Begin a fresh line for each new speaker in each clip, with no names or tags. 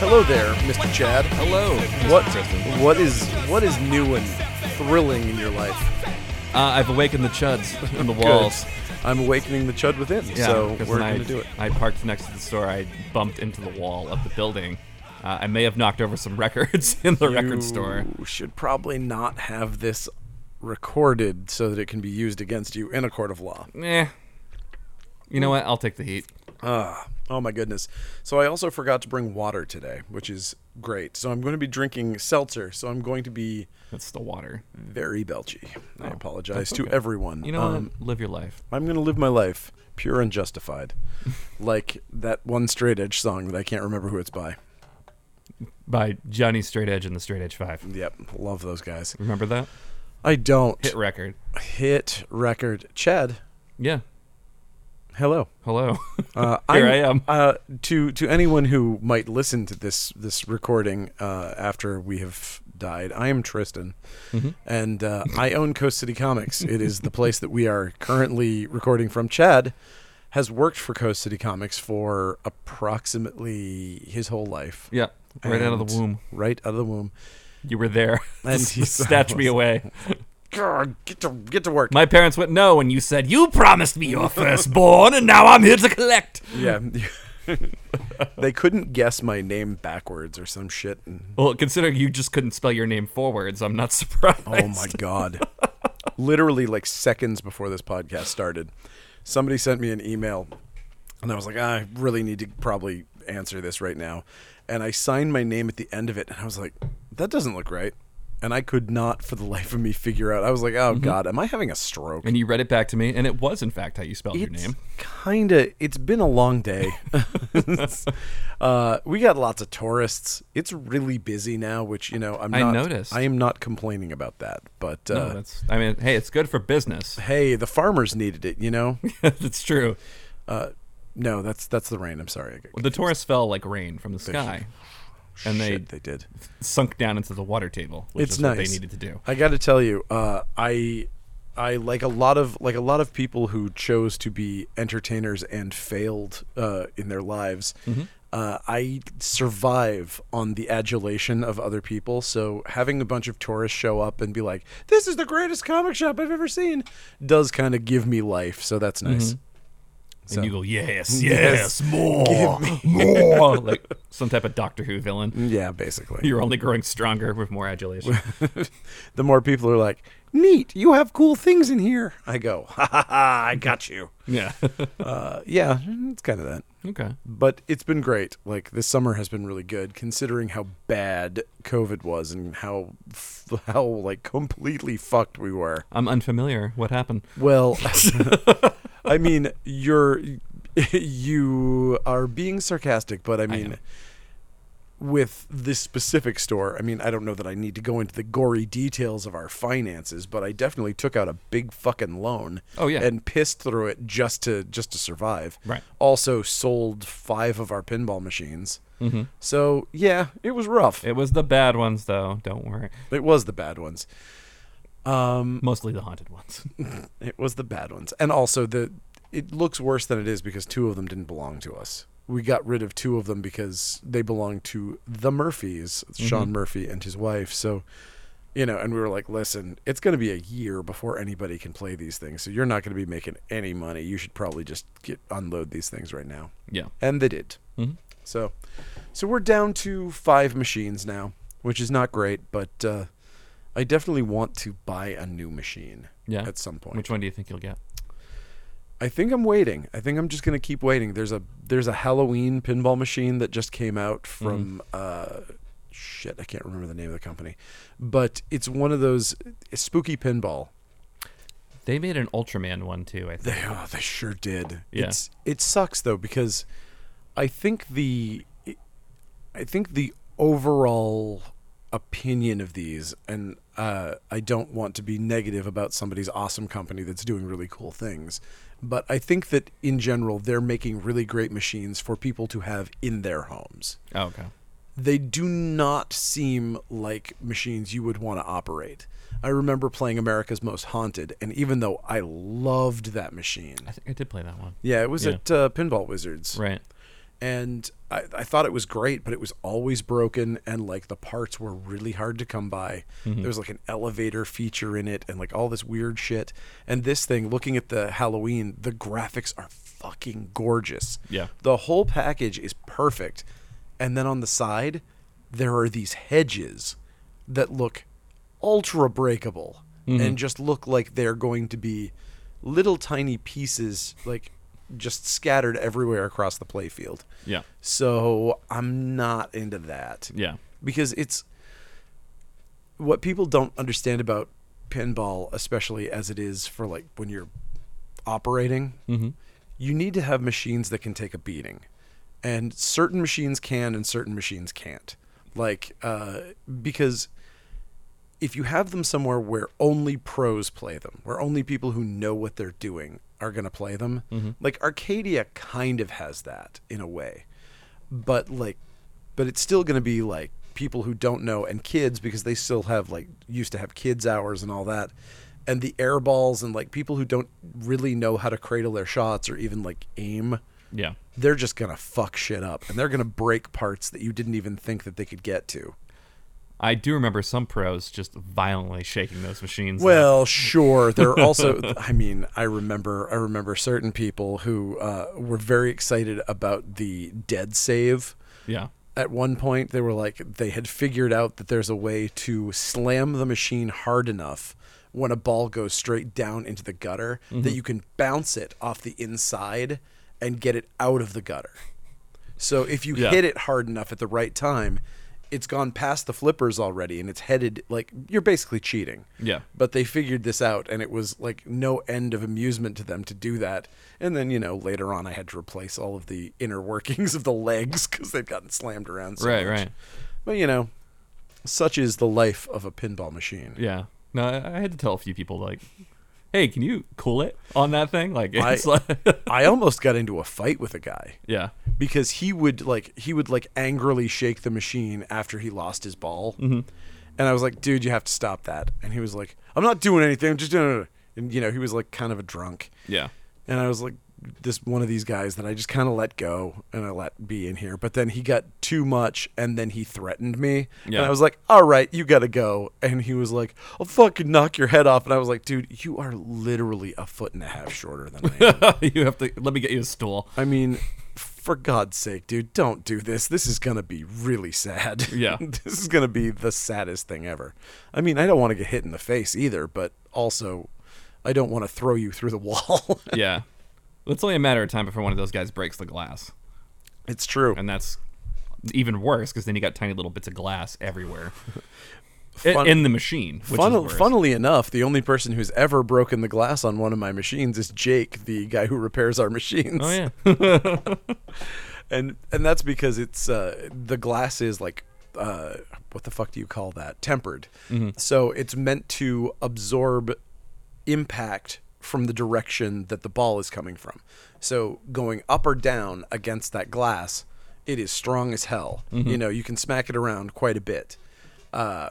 Hello there, Mr. Chad.
Hello.
What
Justin.
what is what is new and thrilling in your life?
Uh, I've awakened the chuds in the walls.
Good. I'm awakening the chud within,
Yeah,
so
'cause
we're
when I-
gonna do it.
I parked next to the store. I bumped into the wall of the building. Uh, I may have knocked over some records in the record store.
You should probably not have this recorded so that it can be used against you in a court of law.
Eh. You know what? I'll take the heat.
Ah, oh my goodness. So I also forgot to bring water today, which is great. So I'm going to be drinking seltzer. So I'm going to be
That's the water.
very belchy. I apologize to
Oh, okay.
everyone.
You know
Um,
what? Live your life.
I'm going to live my life pure and justified. like that one straight edge song that I can't remember who it's by.
By Johnny Straight Edge and the Straight Edge Five.
Yep, love those guys.
Remember that
I don't
hit record?
hit record. Chad,
Yeah.
hello.
Hello.
Uh,
Here
I'm-
I am.
Uh, to to anyone who might listen to this this recording uh, after we have died, I am Tristan,
Mm-hmm.
and uh, I own Coast City Comics. It is the place that we are currently recording from. Chad has worked for Coast City Comics for approximately his whole life,
yeah. Right out of the
And-
womb.
right out of the womb.
You were there.
And he-
snatched me away.
Grr, get to get to work.
My parents went no, and you said you promised me your firstborn, and now I'm here to collect.
yeah. they couldn't guess my name backwards or some shit. And,
Well, considering you just couldn't spell your name forwards, I'm not surprised.
oh my god! Literally, like seconds before this podcast started, somebody sent me an email, and I was like, I really need to probably answer this right now. And I signed my name at the end of it, and I was like, that doesn't look right. And I could not, for the life of me, figure out. I was like, oh
Mm-hmm.
god, am I having a stroke?
And you read it back to me, and it was in fact how you spelled your name.
Kinda. It's been a long day. uh, we got lots of tourists. It's really busy now, which you know I'm.
I
not,
noticed.
I am not complaining about that, but
No,
uh,
that's. I mean, hey, it's good for business.
hey, the farmers needed it. You know.
that's true.
no, that's that's the rain. I'm sorry. I got-
The Taurus fell like rain from the sky, and they,
Shit, they did.
sunk down into the water table, which
it's
is
nice.
what they needed to do.
I got to tell you, uh, I. I like a lot of like a lot of people who chose to be entertainers and failed uh, in their lives.
Mm-hmm.
Uh, I survive on the adulation of other people. So having a bunch of tourists show up and be like, "This is the greatest comic shop I've ever seen," does kind of give me life. So that's nice.
And you go, yes,
Yes,
Mm-hmm. yes, more, more, like some type of Doctor Who villain.
Yeah, basically.
You're only growing stronger with more adulation.
the more people are like, "Neat, you have cool things in here." I go, "Ha ha ha!
Mm-hmm.
I got you."
yeah.
Uh, yeah, it's kind of that.
okay.
But it's been great. Like this summer has been really good, considering how bad COVID was and how f- how like completely fucked we were.
I'm unfamiliar. What happened?
Well, I mean, you're you are being sarcastic, but I mean, with this specific store, I mean, I don't know that I need to go into the gory details of our finances, but I definitely took out a big fucking loan.
Oh, yeah.
and pissed through it just to just to survive.
Right.
Also sold five of our pinball machines. Mm-hmm. So yeah, it was rough. It,
It was the bad ones, though. Don't worry.
was the bad ones. Um,
Mostly the haunted ones.
It was the bad ones, and also the it looks worse than it is because two of them didn't belong to us. We got rid of two of them because they belonged to the Murphys, Sean Murphy and his wife. So, you know, and we were like, listen, it's going to be a year before anybody can play these things. So you're not going to be making any money. You should probably just get unload these things right now.
Yeah.
and they did. So, so we're down to five machines now, which is not great, but uh, I definitely want to buy a new machine.
Yeah.
at some point.
Which one do you think you'll get?
I think I'm waiting. I think I'm just gonna keep waiting. There's a there's a Halloween pinball machine that just came out from uh, shit. I can't remember the name of the company, but it's one of those spooky pinball.
They made an Ultraman one too. I think.
They oh, they sure did.
Yeah.
It's it sucks though because I think the I think the overall opinion of these and uh, I don't want to be negative about somebody's awesome company that's doing really cool things, but I think that in general they're making really great machines for people to have in their homes.
Oh, okay.
They do not seem like machines you would want to operate. I remember playing America's Most Haunted, and even though I loved that machine,
I think I did play that one.
yeah, it was
Yeah.
at uh, Pinball Wizards.
Right.
and I, I thought it was great, but it was always broken, and like the parts were really hard to come by.
Mm-hmm.
There was like an elevator feature in it, and like all this weird shit. And this thing, looking at the Halloween, the graphics are fucking gorgeous.
Yeah.
the whole package is perfect, and then on the side, there are these hedges that look ultra breakable and just look like they're going to be little tiny pieces like just scattered everywhere across the playfield.
Yeah.
So I'm not into that.
Yeah.
Because it's what people don't understand about pinball, especially as it is for like when you're operating, you need to have machines that can take a beating. And certain machines can and certain machines can't. Like, uh, because if you have them somewhere where only pros play them, where only people who know what they're doing are going to play them, like Arcadia kind of has that in a way. But like but it's still going to be like people who don't know and kids because they still have like used to have kids hours and all that. And the air balls and like people who don't really know how to cradle their shots or even like aim
Yeah.
they're just going to fuck shit up and they're going to break parts that you didn't even think that they could get to.
I do remember some pros just violently shaking those machines.
Well, sure. There are also, I mean, I remember, I remember certain people who uh, were very excited about the dead save.
yeah.
At one point, they were like, they had figured out that there's a way to slam the machine hard enough when a ball goes straight down into the gutter that you can bounce it off the inside and get it out of the gutter. So if you
Yeah.
hit it hard enough at the right time, it's gone past the flippers already and it's headed like you're basically cheating
Yeah.
but they figured this out and it was like no end of amusement to them to do that and then you know later on i had to replace all of the inner workings of the legs because they've gotten slammed around so
Right,
much.
right.
but you know such is the life of a pinball machine
Yeah. No, I, I had to tell a few people like, "Hey, can you cool it on that thing?" Like, it's like,
i almost got into a fight with a guy
yeah,
because he would like he would like angrily shake the machine after he lost his ball
Mm-hmm.
and i was like dude you have to stop that and he was like i'm not doing anything I'm just doing it and you know he was like kind of a drunk
yeah,
and I was like this one of these guys that I just kind of let go and I let be in here. But then he got too much and then he threatened me.
Yeah.
And I was like, "All right, you got to go." And he was like, "I'll fucking knock your head off." And I was like, "Dude, you are literally a foot and a half shorter than I am."
you have to let me get you a stool.
I mean, for God's sake, dude, don't do this. This is going to be really sad.
Yeah.
this is going to be the saddest thing ever. I mean, I don't want to get hit in the face either, but also I don't want to throw you through the wall.
Yeah, it's only a matter of time before one of those guys breaks the glass,
it's true.
and that's even worse because then you got tiny little bits of glass everywhere I-
Fun-
in the machine. Which
Funnel,
is worse.
funnily enough, the only person who's ever broken the glass on one of my machines is Jake, the guy who repairs our machines.
Oh yeah,
And and that's because it's uh, the glass is like uh, what the fuck do you call that? Tempered.
Mm-hmm.
So it's meant to absorb impact from the direction that the ball is coming from. So going up or down against that glass, it is strong as hell.
Mm-hmm.
You know, you can smack it around quite a bit. Uh,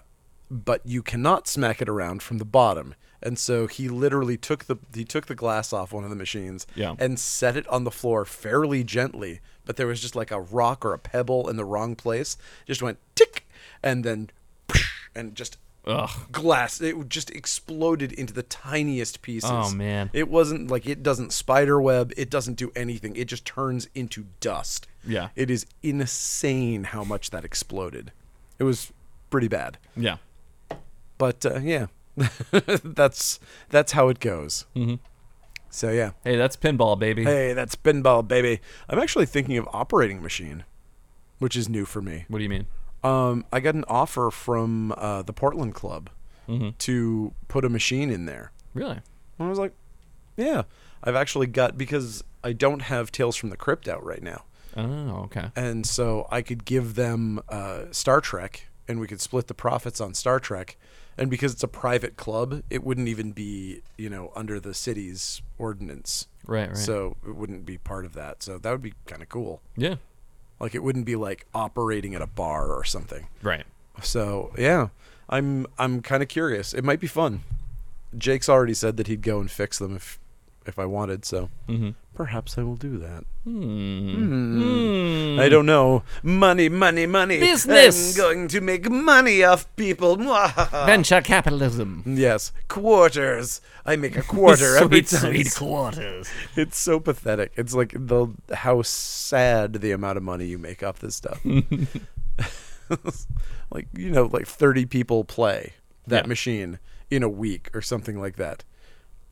but you cannot smack it around from the bottom. And so he literally took the he took the glass off one of the machines
Yeah.
and set it on the floor fairly gently, but there was just like a rock or a pebble in the wrong place. Just went tick and then psh, and just
Ugh.
glass it just exploded into the tiniest pieces.
Oh, man.
It wasn't like it doesn't spider web, it doesn't do anything. It just turns into dust.
Yeah.
It is insane how much that exploded. It was pretty bad
yeah.
but uh, yeah, that's that's how it goes. Mm-hmm. So yeah,
Hey, that's pinball, baby.
hey, that's pinball, baby. I'm actually thinking of operating a machine, which is new for me.
What do you mean?
Um, I got an offer from uh, the Portland Club
Mm-hmm.
to put a machine in there.
Really?
And I was like, yeah, I've actually got because I don't have Tales from the Crypt out right now.
Oh, okay.
and so I could give them uh, Star Trek, and we could split the profits on Star Trek. And because it's a private club, it wouldn't even be you know under the city's ordinance,
Right, right.
so it wouldn't be part of that. So that would be kind of cool.
yeah.
Like it wouldn't be like operating at a bar or something.
Right.
So yeah, I'm I'm kind of curious. It might be fun. Jake's already said that he'd go and fix them if if I wanted. So
Mhm.
perhaps I will do that.
Hmm. Hmm.
I don't know. Money, money, money. I'm
Business.
going to make money off people.
Venture capitalism.
yes, quarters. I make a quarter every
sweet,
time.
sweet quarters.
It's so pathetic. It's like the how sad the amount of money you make off this stuff. like you know, like thirty people play that
Yeah.
machine in a week or something like that.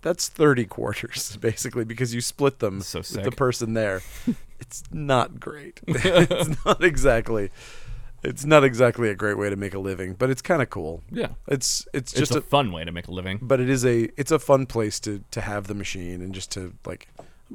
That's thirty quarters basically because you split them
So
with the
sick.
person there. it's not great. it's not exactly. It's not exactly a great way to make a living, but it's kind of cool.
Yeah.
It's it's
It's
just
a,
a
fun way to make a living.
but it is a it's a fun place to to have the machine and just to like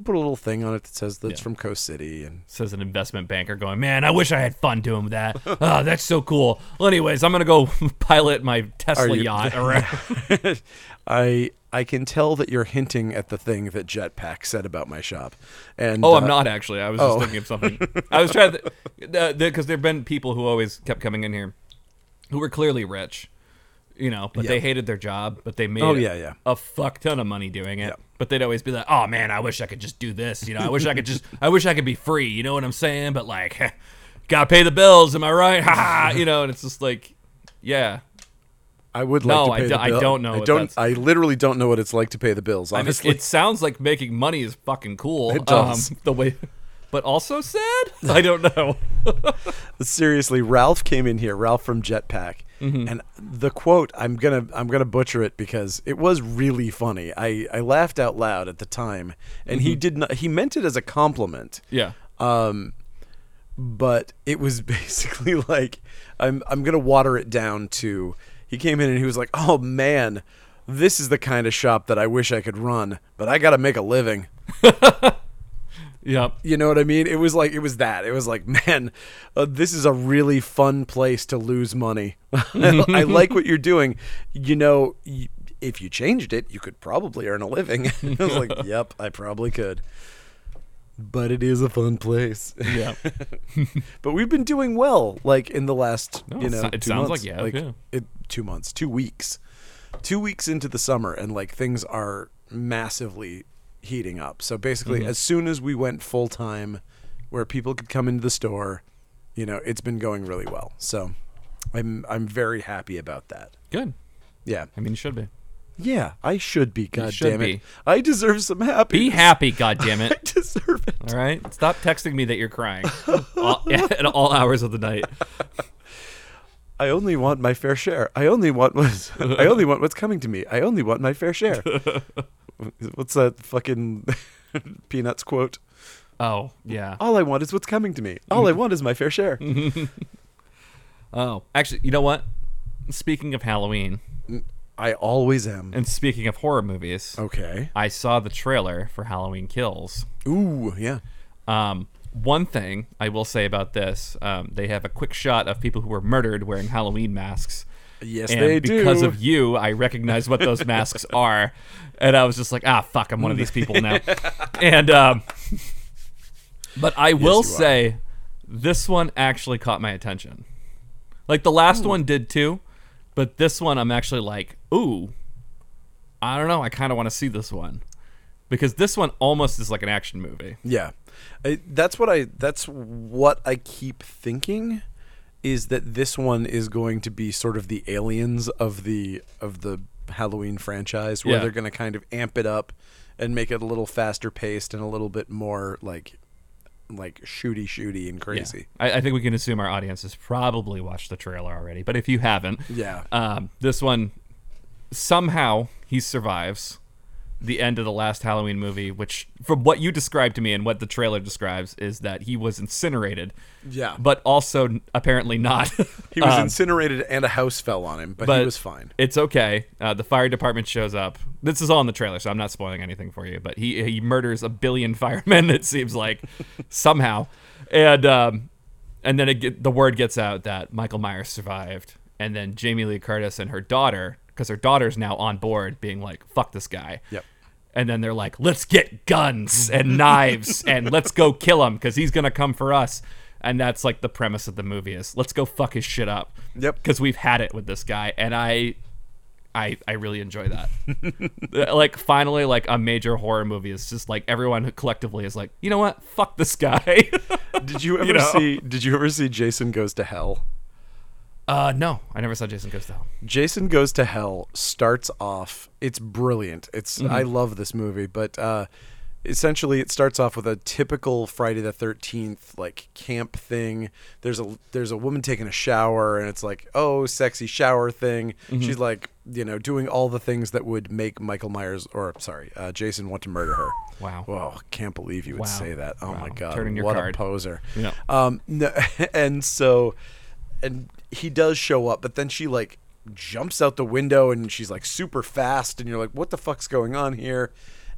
put a little thing on it that says that it's
Yeah.
from Coast City and
Says an investment banker going, Man, I wish I had fun doing that. Oh, that's so cool. Well, anyways, I'm going to go pilot my Tesla
you-
yacht around.
I I can tell that you're hinting at the thing that Jetpack said about my shop. And
Oh, I'm
uh,
not actually. I was
oh.
just thinking of something. I was trying to, because there have been people who always kept coming in here who were clearly rich, you know, but they
Yeah.
hated their job, but they made
Oh, yeah, yeah.
a fuck ton of money doing it.
Yeah.
But they'd always be like, "Oh man, I wish I could just do this. You know, I wish I could just, I wish I could be free. You know what I'm saying? But like, gotta pay the bills. Am I right? Ha ha. You know, and it's just like, yeah.
I would like
No,
to
I
pay
do-
the
I
bill.
don't know
I
what
don't
that's-
I literally don't know what it's like to pay the bills,
I mean,
honestly.
it sounds like making money is fucking cool.
It does.
Um, the way, but also sad. I don't know.
Seriously, Ralph came in here, Ralph from Jetpack.
Mm-hmm.
And the quote, I'm gonna I'm gonna butcher it because it was really funny. I, I laughed out loud at the time, and
Mm-hmm.
he did not he meant it as a compliment.
yeah.
but it was basically like I'm I'm gonna water it down to he came in and he was like, Oh man, this is the kind of shop that I wish I could run, but I gotta make a living.
Yep.
You know what I mean? It was like it was that. It was like, man, uh, this is a really fun place to lose money. I, I like what you're doing. You know, y- if you changed it, you could probably earn a living. I was like, yep, I probably could. But it is a fun place.
Yeah.
But we've been doing well, like in the last,
No,
you
it
know,
so- it
two
sounds
months.
like you have, yeah.
it, two months, two weeks, two weeks into the summer, and like things are massively heating up. So basically,
Mm-hmm.
as soon as we went full time, where people could come into the store, you know, it's been going really well. So I'm I'm very happy about that.
Good.
Yeah,
I mean, you should be.
yeah, I should be. God
should
damn it,
be.
I deserve some happy.
Be happy, goddammit.
I deserve it.
All right. Stop texting me that you're crying all, at all hours of the night.
I only want my fair share. I only want what's I only want what's coming to me. I only want my fair share. what's that fucking peanuts quote?
Oh, yeah.
All I want is what's coming to me. All I want is my fair share.
Oh, actually, you know what? Speaking of Halloween
I always am.
and speaking of horror movies,
Okay.
I saw the trailer for Halloween Kills.
Ooh, yeah.
Um, one thing I will say about this um, they have a quick shot of people who were murdered wearing Halloween masks.
Yes,
and
they
because
do.
of you, I recognize what those masks are, and I was just like, ah, fuck, I'm one of these people now. and um, but I will
you are.
say, this one actually caught my attention. Like the last one did too, but this one I'm actually like, ooh, I don't know, I kind of want to see this one because this one almost is like an action movie.
Yeah, I, that's what I. That's what I keep thinking is that this one is going to be sort of the aliens of the of the Halloween franchise, where
Yeah.
they're going to kind of amp it up and make it a little faster paced and a little bit more like like shooty shooty and
Yeah.
crazy.
I, I think we can assume our audience has probably watched the trailer already, but if you haven't,
Yeah.
um, this one somehow he survives the end of the last Halloween movie, which from what you described to me and what the trailer describes is that he was incinerated.
Yeah.
but also n- apparently not.
He was
Um,
incinerated and a house fell on him, but,
but
he was fine.
It's okay. Uh, the fire department shows up. This is all in the trailer, so I'm not spoiling anything for you. But he he murders a billion firemen. It seems like somehow, and um, and then it get, the word gets out that Michael Myers survived, and then Jamie Lee Curtis and her daughter, because her daughter's now on board, being like, "Fuck this guy."
Yep.
And then they're like, "Let's get guns and knives and let's go kill him because he's gonna come for us." And that's like the premise of the movie is let's go fuck his shit up
Yep.
because we've had it with this guy and i I, I really enjoy that. Uh, like finally, like a major horror movie is just like everyone collectively is like, you know what? Fuck this guy.
Did you ever
know?
see? Did you ever see Jason Goes to Hell?
uh, no, I never saw Jason Goes to Hell.
Jason Goes to Hell starts off. It's brilliant. It's I
Mm-hmm.
love this movie, but uh, essentially it starts off with a typical Friday the Thirteenth like camp thing. There's a there's a woman taking a shower, and it's like oh sexy shower thing.
Mm-hmm.
She's like you know doing all the things that would make Michael Myers or sorry uh, Jason want to murder her.
Wow.
Whoa, can't believe you would
Wow.
say that. Oh my
Wow.
god,
Turning your
what
card.
a poser.
Yeah.
Um, no, and so, and he does show up, but then she like jumps out the window and she's like super fast, and you're like, what the fuck's going on here?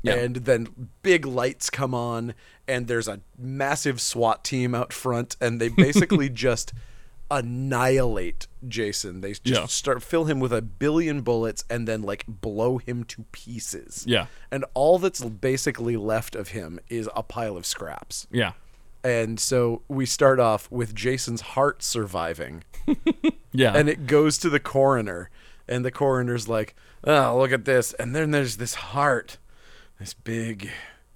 Yeah.
And then big lights come on, and there's a massive SWAT team out front, and they basically just annihilate Jason. They just
Yeah.
start fill him with a billion bullets and then like blow him to pieces.
Yeah.
And all that's basically left of him is a pile of scraps.
Yeah.
And so we start off with Jason's heart surviving,
Yeah.
and it goes to the coroner, and the coroner's like, "Oh, look at this!" And then there's this heart, this big,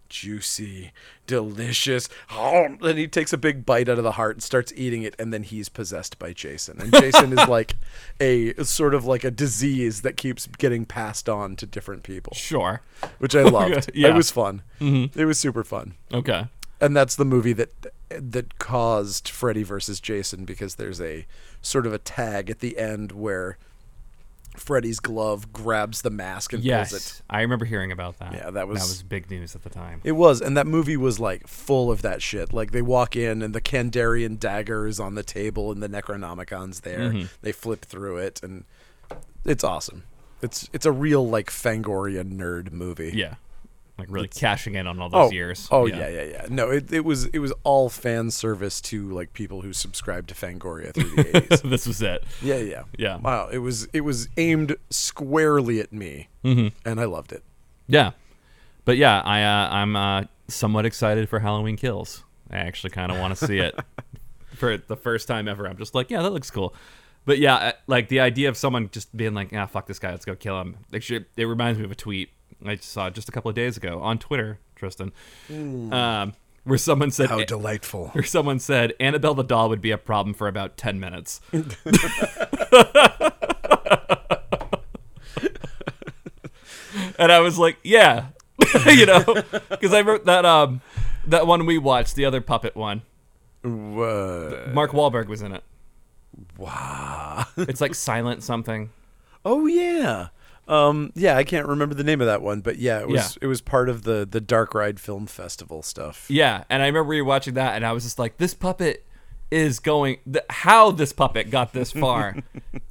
juicy, delicious. Oh, and he takes a big bite out of the heart and starts eating it, and then he's possessed by Jason. And Jason is like a sort of like a disease that keeps getting passed on to different people,
sure.
which I loved.
Yeah.
It was fun. It was super fun
Okay.
and that's the movie that that caused Freddy versus Jason because there's a sort of a tag at the end where Freddy's glove grabs the mask and
Yes,
pulls it.
I remember hearing about that.
Yeah, that was-
that was big news at the time.
It was, and that movie was like full of that shit. Like they walk in and the Kandarian dagger is on the table and the Necronomicon's there. They flip through it and it's awesome. It's it's a real like Fangoria nerd movie.
yeah, like really cashing in on all
Oh,
those years.
Oh yeah. yeah, yeah, No, it, it was it was all fan service to like people who subscribed to Fangoria through the eighties.
this was it.
yeah, yeah,
Yeah.
Wow, it was it was aimed squarely at me,
Mm-hmm.
and I loved it.
Yeah, but yeah, I uh, I'm uh, somewhat excited for Halloween Kills. I actually kind of want to see it for the first time ever. I'm just like, yeah, that looks cool. But yeah, I- like the idea of someone just being like, ah, fuck this guy, let's go kill him. Actually, it reminds me of a tweet I saw just a couple of days ago on Twitter, Tristan, um, where someone said,
Hmm. How
"Eh,
delightful!
or someone said Annabelle the doll would be a problem for about 10 minutes. and I was like, yeah, you know, because I wrote that um that one we watched, the other puppet one.
Whoa.
Mark Wahlberg was in it.
Wow.
It's like silent something.
oh yeah. Um, yeah, I can't remember the name of that one, but yeah, it was
Yeah.
it was part of the the Dark Ride Film Festival stuff.
Yeah, and I remember rewatching that, and I was just like, this puppet is going. Th- how this puppet got this far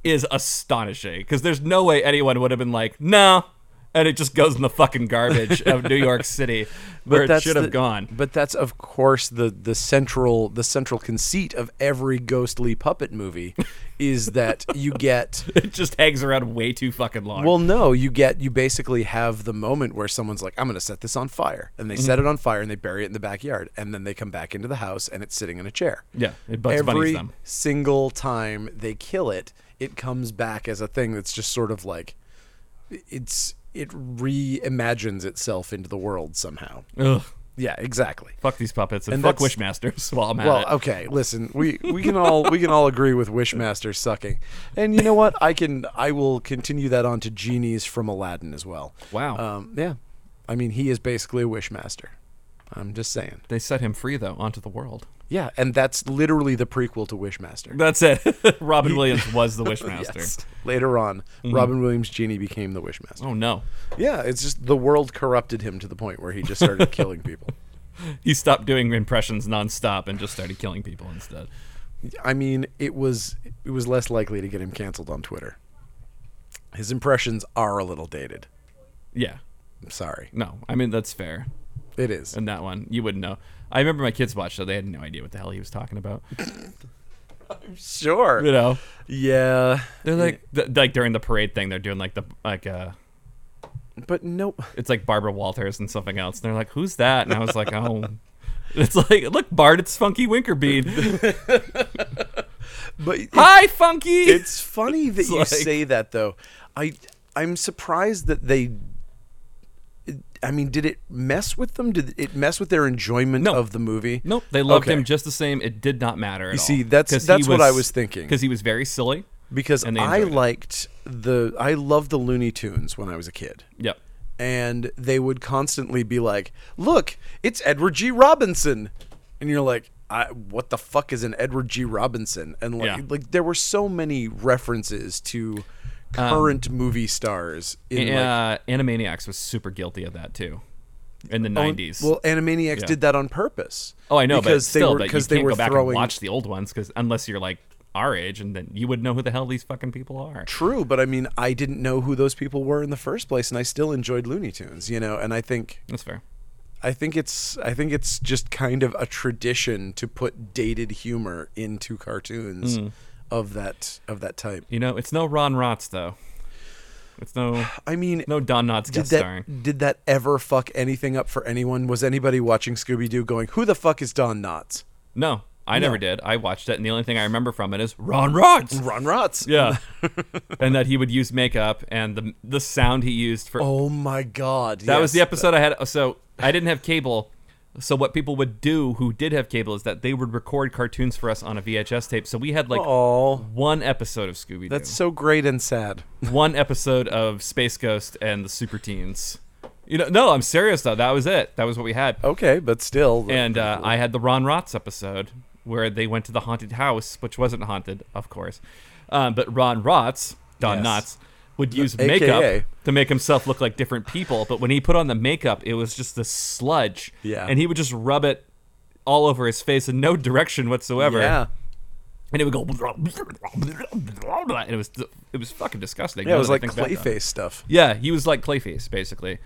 is astonishing because there's no way anyone would have been like, no. And it just goes in the fucking garbage of New York City where it
that's
should
the-
have gone.
But that's of course the the central the central conceit of every ghostly puppet movie is that you get
It just hangs around way too fucking long.
well no, you get you basically have the moment where someone's like I'm going to set this on fire and they set
Mm-hmm.
it on fire and they bury it in the backyard and then they come back into the house and it's sitting in a chair.
yeah, it Bugs Bunnies
Every
them.
single time they kill it, it comes back as a thing that's just sort of like it's it reimagines itself into the world somehow.
Ugh,
Yeah, exactly.
fuck these puppets and,
And
fuck
that's-
Wishmasters while I'm at
Well,
it.
okay. Listen, we, we can all we can all agree with Wishmaster sucking, and you know what? I can I will continue that on to genies from Aladdin as well.
Wow.
Um, yeah, I mean he is basically a Wishmaster. I'm just saying.
they set him free, though, onto the world.
Yeah, and that's literally the prequel to Wishmaster.
That's it. Robin Williams was the Wishmaster. Mm-hmm.
Yes. Later on, Robin Williams' genie became the Wishmaster.
Oh, no.
Yeah, it's just the world corrupted him to the point where he just started killing people.
he stopped doing impressions nonstop and just started killing people instead.
I mean, it was it was less likely to get him canceled on Twitter. His impressions are a little dated.
Yeah.
I'm sorry.
No, I mean that's fair.
It is.
And that one, you wouldn't know. I remember my kids watched, so they had no idea what the hell he was talking about.
Sure.
You know,
Yeah.
they're like, th- like during the parade thing, they're doing like the like uh,
But nope.
it's like Barbara Walters and something else. And they're like, who's that? And I was like, oh, it's like, look, Bart, it's Funky Winkerbean.
But
Hi, Funky.
it's funny that you
like-
say that though. I I'm surprised that they. I mean, did it mess with them? Did it mess with their enjoyment
No.
of the movie?
Nope, they loved
Okay.
him just the same. It did not matter. At
You see, that's- that's what I was thinking.
because he was very silly.
because
And they
I
enjoyed it.
liked the I loved the Looney Tunes when I was a kid.
Yep.
And they would constantly be like, "Look, it's Edward G. Robinson," and you're like, I, "What the fuck is an Edward G. Robinson?" And like,
Yeah.
like there were so many references to
Um,
current movie stars in like
uh, Animaniacs was super guilty of that too, in the
Oh,
nineties.
Well, Animaniacs
Yeah.
did that on purpose.
oh, I know,
because
but still,
they were
but you
because
can't
they were
go back
throwing.
and watch the old ones because unless you're like our age, and then you would know who the hell these fucking people are.
True, but I mean, I didn't know who those people were in the first place, and I still enjoyed Looney Tunes, you know. And I think,
That's fair.
I think it's, I think it's just kind of a tradition to put dated humor into cartoons
Hmm.
of that of that type.
You know, it's no Ron Rotz though. It's no
I mean,
no Don Knotts
did
guest
that
starring.
did that ever fuck anything up for anyone? Was anybody watching Scooby Doo going, "Who the fuck is Don Knotts?"
No, I never did. I watched it, and the only thing I remember from it is Ron Rotz.
Ron Rotz.
Yeah, and that he would use makeup, and the the sound he used for
Oh my god.
That was the episode I had. So I didn't have cable. So what people would do who did have cable is that they would record cartoons for us on a VHS tape. So we had like
Oh,
one episode of Scooby Doo,
that's so great and sad.
one episode of Space Ghost and the Super Teens. You know, no, I'm serious though. That was it. That was what we had.
Okay, but still. the-
and uh, I had the Ron Rotz episode where they went to the haunted house, which wasn't haunted, of course. Um, but Ron Rotz, Don
Yes.
Knotts, would use
AKA.
makeup to make himself look like different people. But when he put on the makeup, it was just this sludge.
Yeah.
And he would just rub it all over his face in no direction whatsoever.
yeah,
And it would go. And it was it was fucking disgusting.
yeah, it
now
was
that I
like
think back on it.
Clayface stuff.
Yeah, he was like Clayface basically,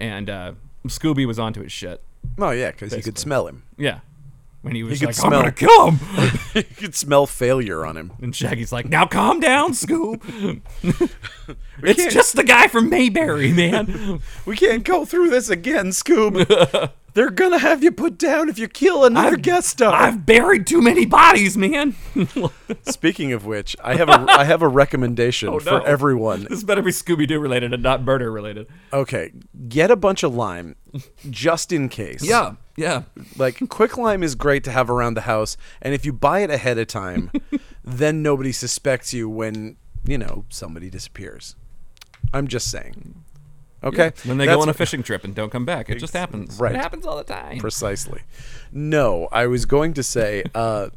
and uh, Scooby was onto his shit.
Oh yeah, because you could smell him.
Yeah. When he was
could
like,
smell-
I'm gonna kill him.
you could smell failure on him.
and Shaggy's like, now calm down, Scoob. it's
can't-
just the guy from Mayberry, man.
We can't go through this again, Scoob. They're gonna have you put down if you kill another guest star.
I've buried too many bodies, man.
Speaking of which, I have a I have a recommendation
no.
for everyone.
this better be Scooby Doo related and not murder related.
Okay, get a bunch of lime, just in case.
yeah.
like quick lime is great to have around the house, and if you buy it ahead of time, then nobody suspects you when you know somebody disappears. I'm just saying. Okay.
When they
That's
go on a fishing trip and don't come back, it just happens.
right.
It happens all the time.
precisely. No, I was going to say uh,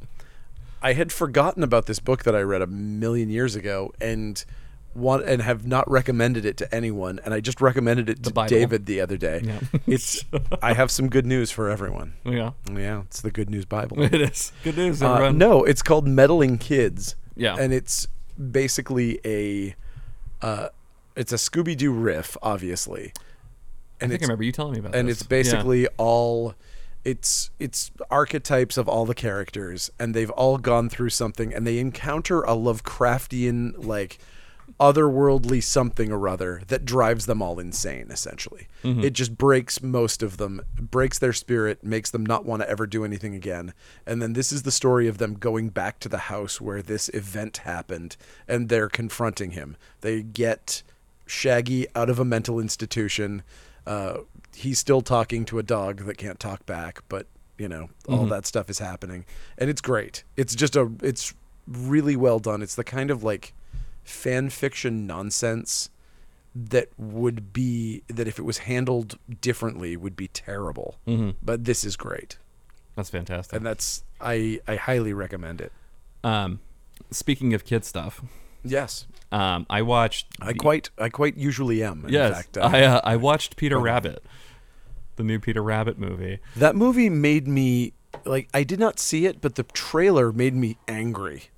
I had forgotten about this book that I read a million years ago and want and have not recommended it to anyone and I just recommended it to
Bible.
David the other day. it's I have some good news for everyone.
yeah.
Yeah, it's the good news Bible.
It is. Good news,
Uh,
everyone.
no, it's called Meddling Kids.
Yeah.
and it's basically a, uh, it's a Scooby Doo riff, obviously, and
I think I
it's
remember you telling me about
and
this.
it's
Yeah.
basically all, it's it's archetypes of all the characters, and they've all gone through something, and they encounter a Lovecraftian like otherworldly something or other that drives them all insane essentially
Mm-hmm.
it just breaks most of them breaks their spirit makes them not want to ever do anything again and then this is the story of them going back to the house where this event happened and they're confronting him they get shaggy out of a mental institution uh, he's still talking to a dog that can't talk back but you know all
Mm-hmm.
that stuff is happening and it's great it's just a it's really well done it's the kind of like fan fiction nonsense that would be that if it was handled differently would be terrible.
Mm-hmm.
But this is great,
That's fantastic.
and that's I I highly recommend it.
Um, speaking of kid stuff,
Yes,
um, I watched.
I quite I quite usually am. In
yes,
fact, uh,
I uh, I watched Peter Rabbit, the new Peter Rabbit movie.
that movie made me like I did not see it, but the trailer made me angry.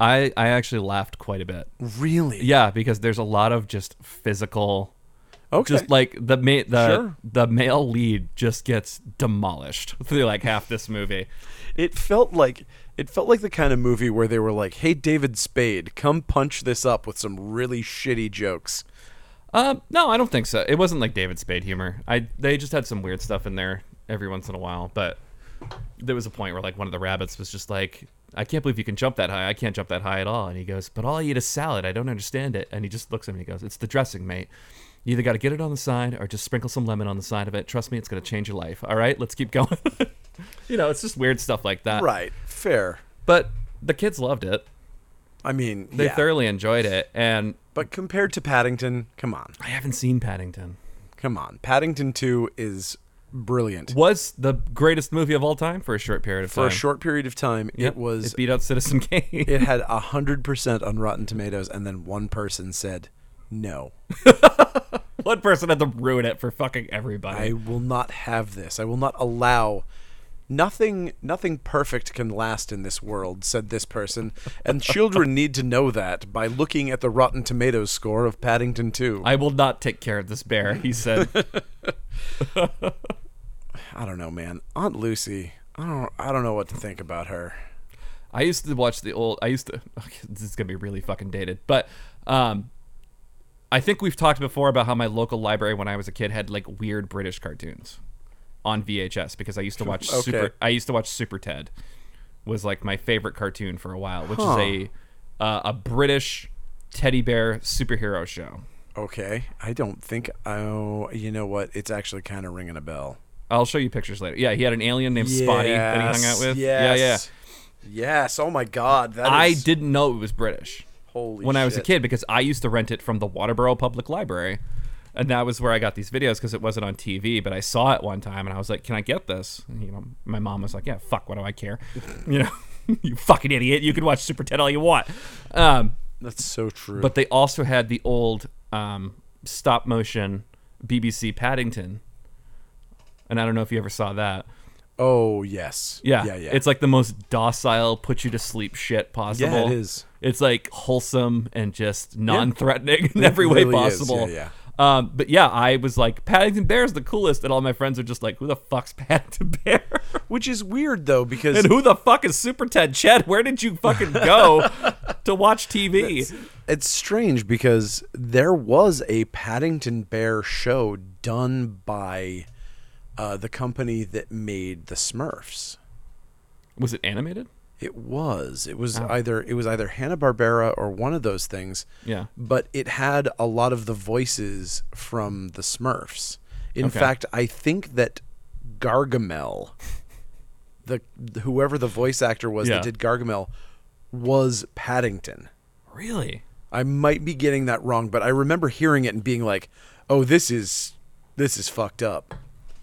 I I actually laughed quite a bit.
Really?
Yeah, because there's a lot of just physical.
Okay.
Just like the ma- the
Sure.
the male lead just gets demolished through like half this movie.
it felt like it felt like the kind of movie where they were like, "Hey, David Spade, come punch this up with some really shitty jokes."
Um, no, I don't think so. It wasn't like David Spade humor. I they just had some weird stuff in there every once in a while, but there was a point where like one of the rabbits was just like, I can't believe you can jump that high. I can't jump that high at all. And he goes, But all I eat is salad. I don't understand it. And he just looks at me and he goes, It's the dressing, mate. You either got to get it on the side or just sprinkle some lemon on the side of it. Trust me, it's going to change your life. All right, let's keep going. you know, it's just weird stuff like that.
Right. Fair.
But the kids loved it.
I mean,
They
yeah.
thoroughly enjoyed it. And
but compared to Paddington, come on,
I haven't seen Paddington.
come on. Paddington Two is brilliant.
Was the greatest movie of all time for a short period of
For
time.
a short period of time,
Yep.
it was
It beat out Citizen Kane.
it had a hundred percent on Rotten Tomatoes, and then one person said, "No,
One person had to ruin it for fucking everybody.
I will not have this. I will not allow." Nothing, nothing perfect can last in this world," said this person, and children need to know that by looking at the Rotten Tomatoes score of Paddington Two.
I will not take care of this bear, he said.
I don't know, man. Aunt Lucy, I don't, I don't know what to think about her.
I used to watch the old. I used to. Okay, this is gonna be really fucking dated, but um, I think we've talked before about how my local library when I was a kid had like weird British cartoons on VHS because I used to watch
Okay.
Super. I used to watch Super Ted was like my favorite cartoon for a while, which
Huh.
is a uh, a British teddy bear superhero show.
Okay, I don't think. Oh, you know what? It's actually kind of ringing a bell.
I'll show you pictures later. Yeah, he had an alien named Spotty that he hung out with. Yeah,
yeah,
yeah.
yeah. Yes. Oh my God, that
I
is-
didn't know it was British.
Holy
when I was a
shit.
kid because I used to rent it from the Waterboro Public Library. And that was where I got these videos because it wasn't on TV, but I saw it one time and I was like, "Can I get this?" And, you know, my mom was like, "Yeah, fuck, what do I care?" You know, you fucking idiot. You can watch Super Ted all you want. Um,
That's so true.
but they also had the old um, stop motion BBC Paddington, and I don't know if you ever saw that.
oh yes.
Yeah,
Yeah. Yeah.
It's like the most docile, put you to sleep shit possible.
Yeah, it is.
It's like wholesome and just non-threatening in every way
really is.
possible.
Yeah,
Um, but yeah, I was like, Paddington Bear's the coolest, and all my friends are just like, who the fuck's Paddington Bear?
which is weird though because
and who the fuck is Super Ted Chet? Where did you fucking go to watch TV?
it's strange because there was a Paddington Bear show done by uh, the company that made the Smurfs.
Was it animated?
It was. It was
Oh.
either it was either Hanna Barbera or one of those things.
Yeah.
But it had a lot of the voices from the Smurfs. In
Okay.
fact, I think that Gargamel, the whoever the voice actor was
Yeah.
that did Gargamel, was Paddington.
Really?
I might be getting that wrong, but I remember hearing it and being like, "Oh, this is this is fucked up."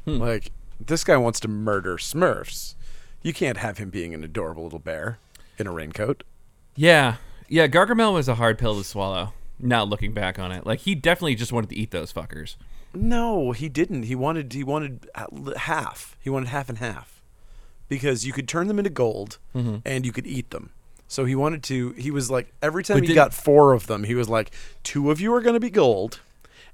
Like this guy wants to murder Smurfs. You can't have him being an adorable little bear in a raincoat.
Yeah. Yeah, Gargamel was a hard pill to swallow. Now looking back on it, like he definitely just wanted to eat those fuckers.
No, he didn't. He wanted he wanted at l- half. He wanted half and half because you could turn them into gold and you could eat them. So he wanted to. He was like every time he
did-
got four of them, he was like, two of you are going to be gold,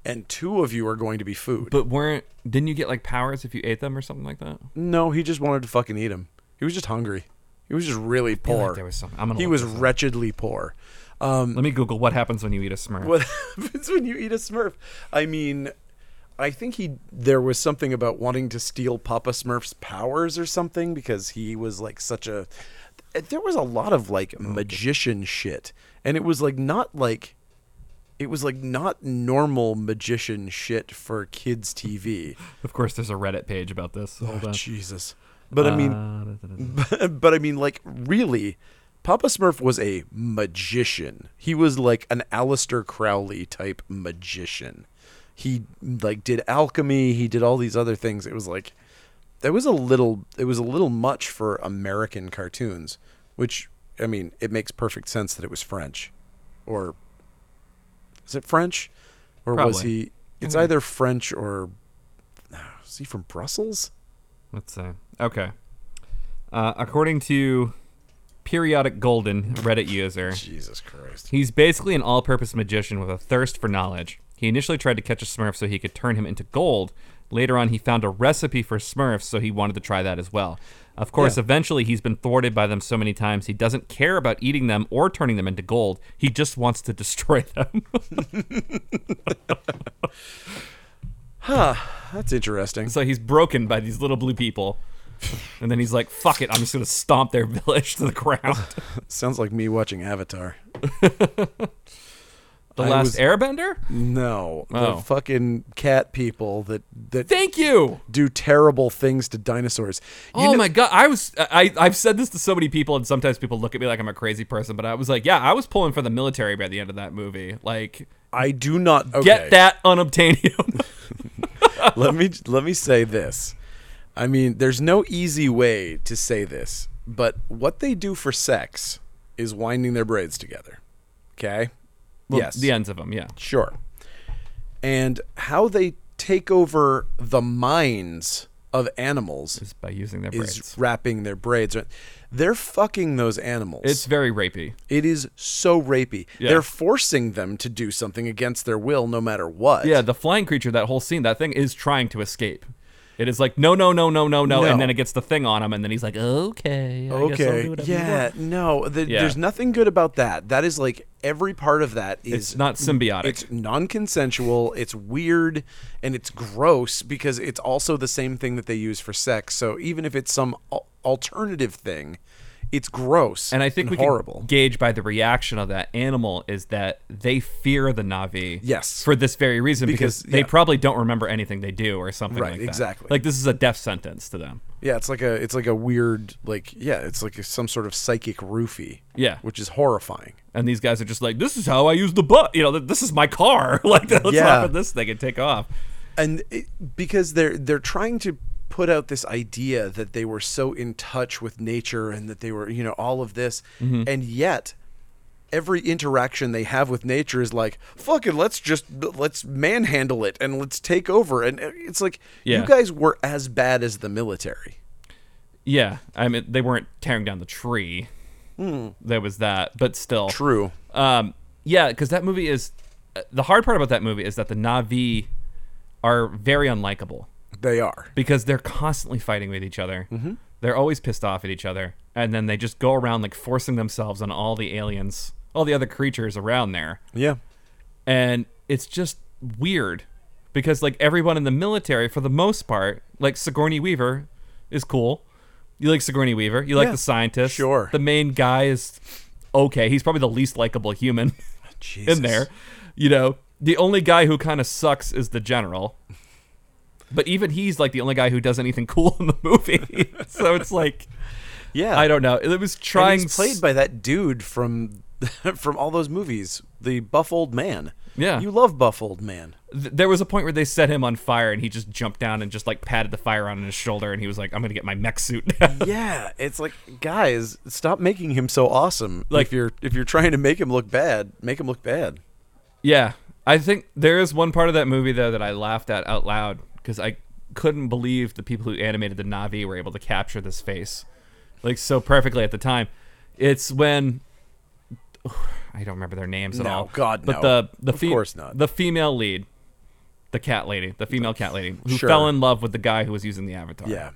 and two of you are going to be food.
But weren't didn't you get like powers if you ate them or something like that?
No, he just wanted to fucking eat him. He was just hungry. He was just really
feel like
poor.
there was some- I'm gonna
he
look
was
this up.
wretchedly poor. Um,
Let me Google what happens when you eat a Smurf.
what happens when you eat a Smurf? I mean, I think he there was something about wanting to steal Papa Smurf's powers or something because he was like such a. There was a lot of like
Oh,
magician shit, and it was like not like. It was like not normal magician shit for kids' TV.
Of course, there's a Reddit page about this. Hold
Oh,
on.
Jesus. But I mean,
Uh, da, da, da, da.
but, but I mean, like, really, Papa Smurf was a magician. He was like an Aleister Crowley type magician. He like did alchemy. He did all these other things. It was like that was a little. It was a little much for American cartoons, which I mean, it makes perfect sense that it was French, or is it French, or was
Probably.
he? It's either French or is he from Brussels?
Let's see. Okay. Uh, according to Periodic Golden, Reddit user,
Jesus Christ.
he's basically an all purpose magician with a thirst for knowledge. He initially tried to catch a Smurf so he could turn him into gold. Later on, he found a recipe for Smurfs, so he wanted to try that as well. Of course, eventually, he's been thwarted by them so many times, he doesn't care about eating them or turning them into gold. He just wants to destroy them.
Huh. That's interesting.
so he's broken by these little blue people. And then he's like, "Fuck it, I'm just gonna stomp their village to the ground."
Sounds like me watching Avatar.
The
I
Last
was-
Airbender.
No,
Oh.
the fucking cat people that that
Thank you.
do terrible things to dinosaurs. You
oh
know-
my god, I was I I've said this to so many people, and sometimes people look at me like I'm a crazy person, but I was like, yeah, I was pulling for the military by the end of that movie. Like,
I do not okay.
get that unobtainium.
let me let me say this. I mean, there's no easy way to say this, but what they do for sex is winding their braids together. Okay? yes.
the ends of them. Yeah,
Sure. And how they take over the minds of animals
just by using their
is
brains.
wrapping their braids. They're fucking those animals.
It's very rapey.
It is so rapey.
Yeah.
They're forcing them to do something against their will, no matter what.
Yeah, the flying creature, that whole scene, that thing is trying to escape. It is like no, no, no, no, no, no,
No.
and then it gets the thing on him, and then he's like, okay, I guess I'll do
Okay.
whatever you
Yeah.
want."
No. The,
Yeah.
There's nothing good about that. That is like every part of that is
it's not symbiotic.
It's non-consensual. It's weird, and it's gross because it's also the same thing that they use for sex. So even if it's some al- alternative thing, it's gross
and I think we
horrible.
can gauge by the reaction of that animal is that they fear the Navi.
Yes.
For this very reason, because,
Because-
they
yeah.
probably don't remember anything they do or something
Right,
like that.
exactly.
Like this is a death sentence to them.
yeah, it's like a it's like a weird like yeah, it's like some sort of psychic roofie.
Yeah.
which is horrifying.
And these guys are just like, this is how I use the butt. You know, th- this is my car. like, let's
Yeah.
hop in this thing and take off.
and it, because they're they're trying to put out this idea that they were so in touch with nature and that they were you know all of this
Mm-hmm.
and yet every interaction they have with nature is like fucking let's just let's manhandle it and let's take over and it's like
Yeah.
you guys were as bad as the military
Yeah. I mean, they weren't tearing down the tree. There was that, but still.
Hmm. true
Um, yeah, because that movie is uh, the hard part about that movie is that the Navi are very unlikable.
they are
because they're constantly fighting with each other. Mm-hmm. They're always pissed off at each other, and then they just go around like forcing themselves on all the aliens, all the other creatures around there,
yeah
and it's just weird because like everyone in the military, for the most part, like Sigourney Weaver is cool. You like Sigourney Weaver. You like
Yeah,
the scientist.
sure.
The main guy is okay. He's probably the least likable human
Jesus.
in there. You know, the only guy who kind of sucks is the general. But even he's like the only guy who does anything cool in the movie. so it's like
yeah
I don't know. It was
and
trying
he's played by that dude from from all those movies the buff old man
Yeah.
you love buff old man
th- there was a point where they set him on fire and he just jumped down and just like patted the fire on his shoulder and he was like I'm going to get my mech suit.
yeah, it's like guys, stop making him so awesome.
Like-
Like if you're if you're trying to make him look bad, make him look bad.
Yeah, I think there is one part of that movie though that I laughed at out loud because I couldn't believe the people who animated the Navi were able to capture this face like so perfectly at the time. It's when I don't remember their names at
No,
all.
God, no.
but the the
Of
fe-
course not.
the female lead, the cat lady, the female cat lady who
Sure.
fell in love with the guy who was using the avatar.
Yeah.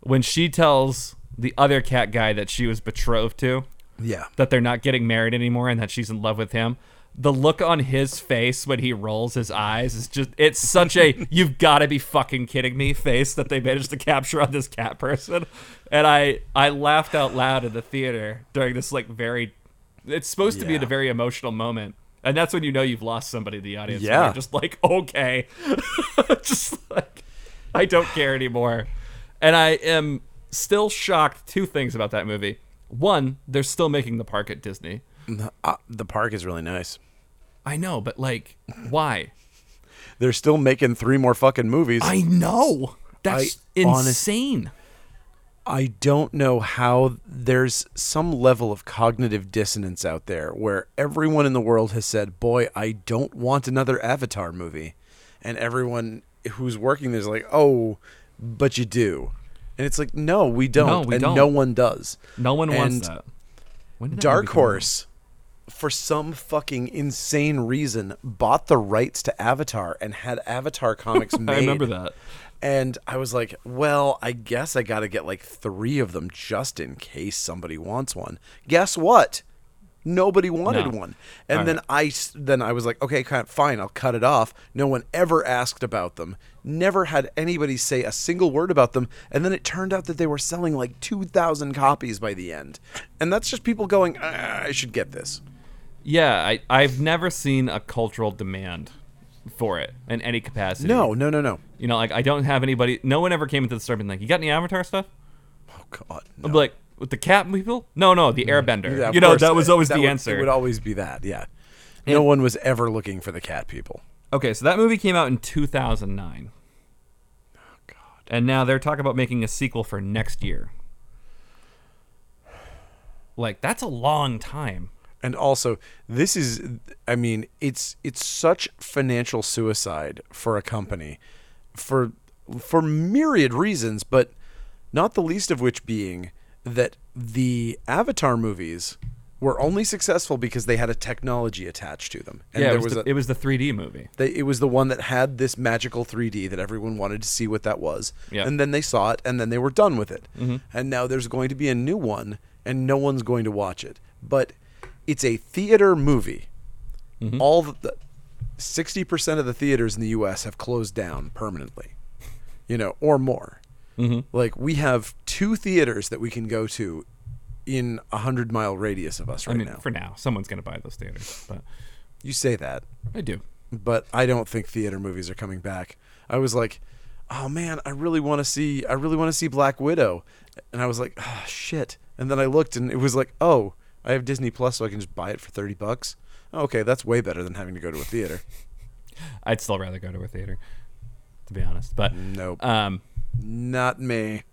when she tells the other cat guy that she was betrothed to
Yeah.
that they're not getting married anymore and that she's in love with him. The look on his face when he rolls his eyes is just it's such a you've got to be fucking kidding me face that they managed to capture on this cat person. And I I laughed out loud in the theater during this like very it's supposed to be
Yeah.
a very emotional moment. And that's when you know you've lost somebody in the audience.
Yeah.
They're Just like, okay. just like I don't care anymore. And I am still shocked two things about that movie. One, they're still making the park at Disney.
Uh, the park is really nice.
I know, but like why?
They're still making three more fucking movies.
I know. That's
That's I honest-
insane.
I don't know how there's some level of cognitive dissonance out there where everyone in the world has said, "Boy, I don't want another Avatar movie," and everyone who's working there's like, "Oh, but you do," and it's like, "No, we don't,"
No, we
and
don't.
no one does.
no one
And
wants that. When did that
Dark
movie come out?
Horse, for some fucking insane reason, bought the rights to Avatar and had Avatar comics made.
I remember that.
And I was like, well, I guess I got to get like three of them just in case somebody wants one. Guess what? Nobody wanted
No.
one. And
All
then
right.
I s- then I was like, okay, ki- fine, I'll cut it off. No one ever asked about them. Never had anybody say a single word about them. And then it turned out that they were selling like 2,000 copies by the end. And that's just people going, "Ah, I should get this.
Yeah, I, I've never seen a cultural demand for it in any capacity.
No, no, no, no.
You know, like I don't have anybody. No one ever came into the store and been like, "You got any Avatar stuff?"
Oh God.
I'm
no. Mm-hmm.
like, "With the cat people?" No, no, the Airbender.
Yeah, of
you know,
course,
that was
it-
always
that
the
would-
answer.
It would always be that. Yeah. No one was ever looking for the cat people.
okay, so that movie came out in 2009, and now they're talking about making a sequel for next year. Like, that's a long time.
and also this is i mean it's it's such financial suicide for a company for for myriad reasons but not the least of which being that the avatar movies were only successful because they had a technology attached to them and
yeah,
there
it was,
was,
the,
a,
it was the 3D movie.
they, it was the one that had this magical 3D that everyone wanted to see what that was.
Yeah. Mm-hmm.
And then they saw it and then they were done with it. And now there's going to be a new one and no one's going to watch it. But it's a theater movie.
Mm-hmm.
All the- the 60% of the theaters in the US have closed down permanently. You know, or more.
Mm-hmm.
Like we have two theaters that we can go to in a 100 mile radius of us right
I mean,
now.
for now, someone's gonna buy those theaters, but
you say that.
I do.
but I don't think theater movies are coming back. I was like, oh man, I really want to see, I really want to see Black Widow, and I was like, ah shit. And then I looked, and it was like, oh, I have Disney Plus, so I can just buy it for thirty bucks. Okay, that's way better than having to go to a theater.
I'd still rather go to a theater, to be honest. But
Nope,
um,
not me.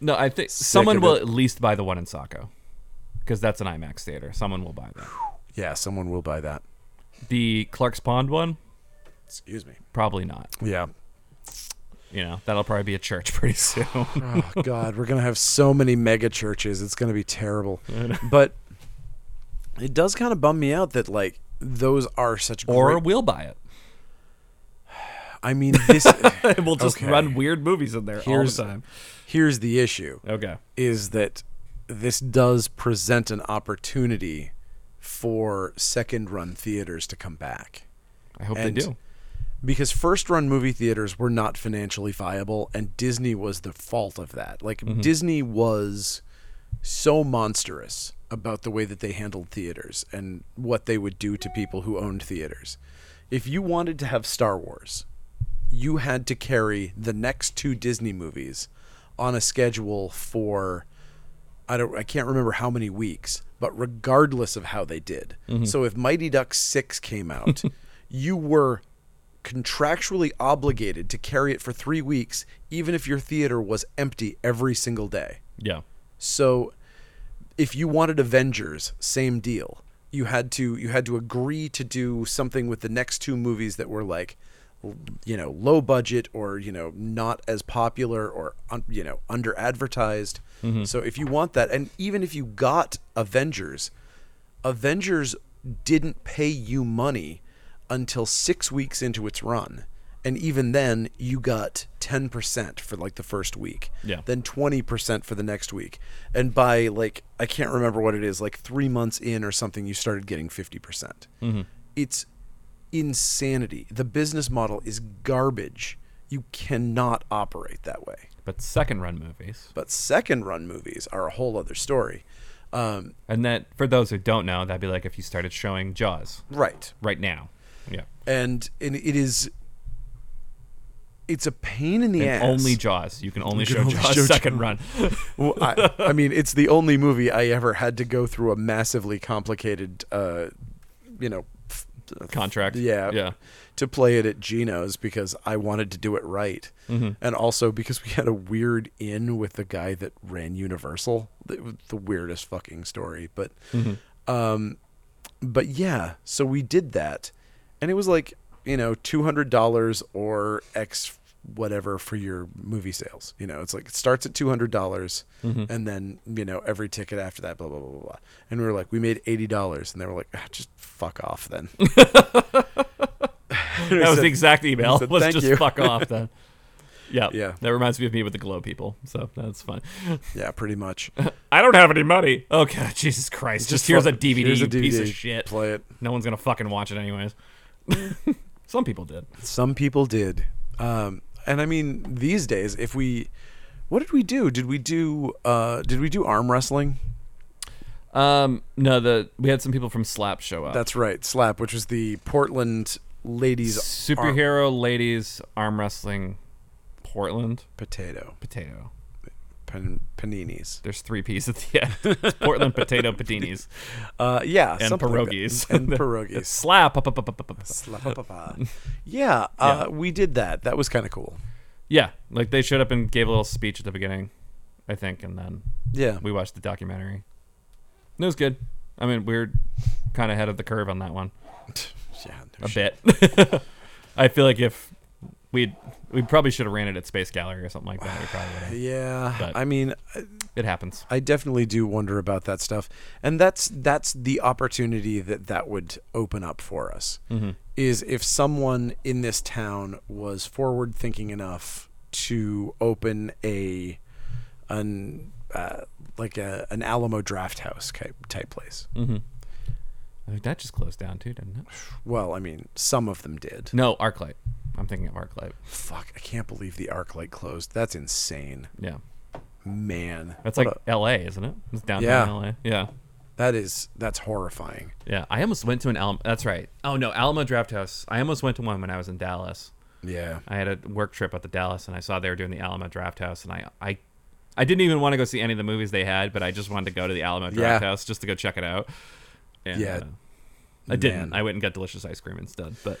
no, I think someone will at least buy the one in Saco, because that's an IMAX theater. Someone will buy that.
Yeah, someone will buy that.
The Clark's Pond one,
Excuse me.
probably not.
Yeah.
You know, that'll probably be a church pretty soon.
Oh God, we're gonna have so many mega churches. It's gonna be terrible. But it does kind of bum me out that like those are such.
or
great-
we'll buy it.
I mean, this
And we'll just
Okay.
run weird movies in there
Here's-
all the time.
here's the issue.
Okay.
is that this does present an opportunity for second run theaters to come back.
I hope
And
they do.
Because first run movie theaters were not financially viable, and Disney was the fault of that. Like, Disney was so monstrous about the way that they handled theaters and what they would do to people who owned theaters. If you wanted to have Star Wars, you had to carry the next two Disney movies on a schedule for I don't I can't remember how many weeks, but regardless of how they did. So if Mighty Duck 6 came out, you were contractually obligated to carry it for 3 weeks even if your theater was empty every single day.
Yeah.
So if you wanted Avengers, same deal. You had to you had to agree to do something with the next two movies that were like l- you know, low budget or you know, not as popular or un, you know, under advertised. So if you want that and even if you got Avengers, Avengers didn't pay you money until 6 weeks into its run. And even then, you got 10% for like the first week
Yeah.
then 20% for the next week. And by like, I can't remember what it is, like three months in or something, you started getting 50%. percent It's insanity. The business model is garbage. You cannot operate that way.
But second run movies.
But second run movies are a whole other story. Um,
And that, for those who don't know, that'd be like if you started showing Jaws
right.
right now. Yeah.
And, and it is, it's a pain in the ass.
Only Jaws. You can only
can
show
only
Jaws
show
second run.
Well, I, I mean, it's the only movie I ever had to go through a massively complicated, uh, you know, f-
Contract.
yeah,
Yeah.
to play it at Gino's because I wanted to do it right,
Mm-hmm.
and also because we had a weird in with the guy that ran Universal. It was the weirdest fucking story, but,
Hmm.
um, but yeah, so we did that, and it was like you know two hundred dollars or X whatever for your movie sales. You know, it's like it starts at two hundred dollars,
Mm-hmm.
and then you know every ticket after that, blah blah blah blah. blah. And we were like, we made eighty dollars, and they were like, ah, just fuck off then.
That was the exact email.
said,
Let's
"Thank
just
you."
fuck off then. Yeah.
Yeah.
That reminds me of me with the glow people. So that's fun.
Yeah, pretty much.
I don't have any money. Okay, Jesus Christ. Just, here's,
fuck-
a DVD,
here's
you piece of shit.
Play it.
No one's going to fucking watch it anyways. Some people did.
Some people did. Um, and I mean, these days, if we, what did we do? Did we do? Uh, did we do arm wrestling?
Um, no, the we had some people from Slap show up.
That's right, slap, which was the Portland ladies arm-
Superhero ladies arm wrestling, Portland
potato
potato.
pan, paninis.
There's three P's at the end. It's Portland potato patinis
Uh, yeah,
and
something like that.
pierogies
and pierogies.
Slap. up, up, up, up, up, up.
Slap, pa, pa, pa. yeah, uh, we did that. That was kind of cool.
Yeah, like they showed up and gave a little speech at the beginning, I think, and then
Yeah,
we watched the documentary. And it was good. I mean, we we're kind of ahead of the curve on that one
yeah, no
a
shit.
bit. I feel like if we'd we probably should have ran it at Space Gallery or something like that. We probably would've.
Yeah,
But-
I mean, I-
It happens.
I definitely do wonder about that stuff, and that's that's the opportunity that that would open up for us. Is if someone in this town was forward thinking enough to open a an uh, like a an Alamo Draft House type type place.
I think that just closed down too, didn't it?
Well, I mean, some of them did.
No, ArcLight. I'm thinking of ArcLight.
Fuck, I can't believe the ArcLight closed. That's insane,
Yeah,
man.
that's
What
like L.A., isn't it? It's downtown
Yeah.
L.A. Yeah,
a- that is that's horrifying.
yeah. I almost went to an Alamo. That's right. Oh no, Alamo Draft House. I almost went to one when I was in Dallas.
Yeah.
I had a work trip up to Dallas, and I saw they were doing the Alamo Draft House, and I, I, I didn't even want to go see any of the movies they had, but I just wanted to go to the Alamo Draft
Yeah.
House just to go check it out. And,
Yeah,
uh, I didn't.
man.
I went and got delicious ice cream instead. But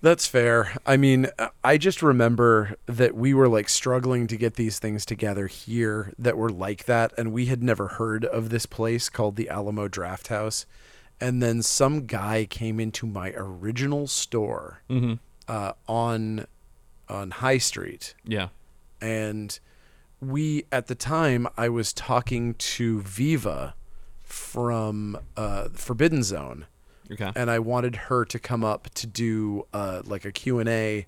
That's fair. I mean, uh, I just remember that we were like struggling to get these things together here that were like that, and we had never heard of this place called the Alamo Draft House. And then some guy came into my original store uh, on on High Street,
yeah,
and we at the time I was talking to Viva from uh, Forbidden Zone
okay,
and I wanted her to come up to do uh, like a Q&A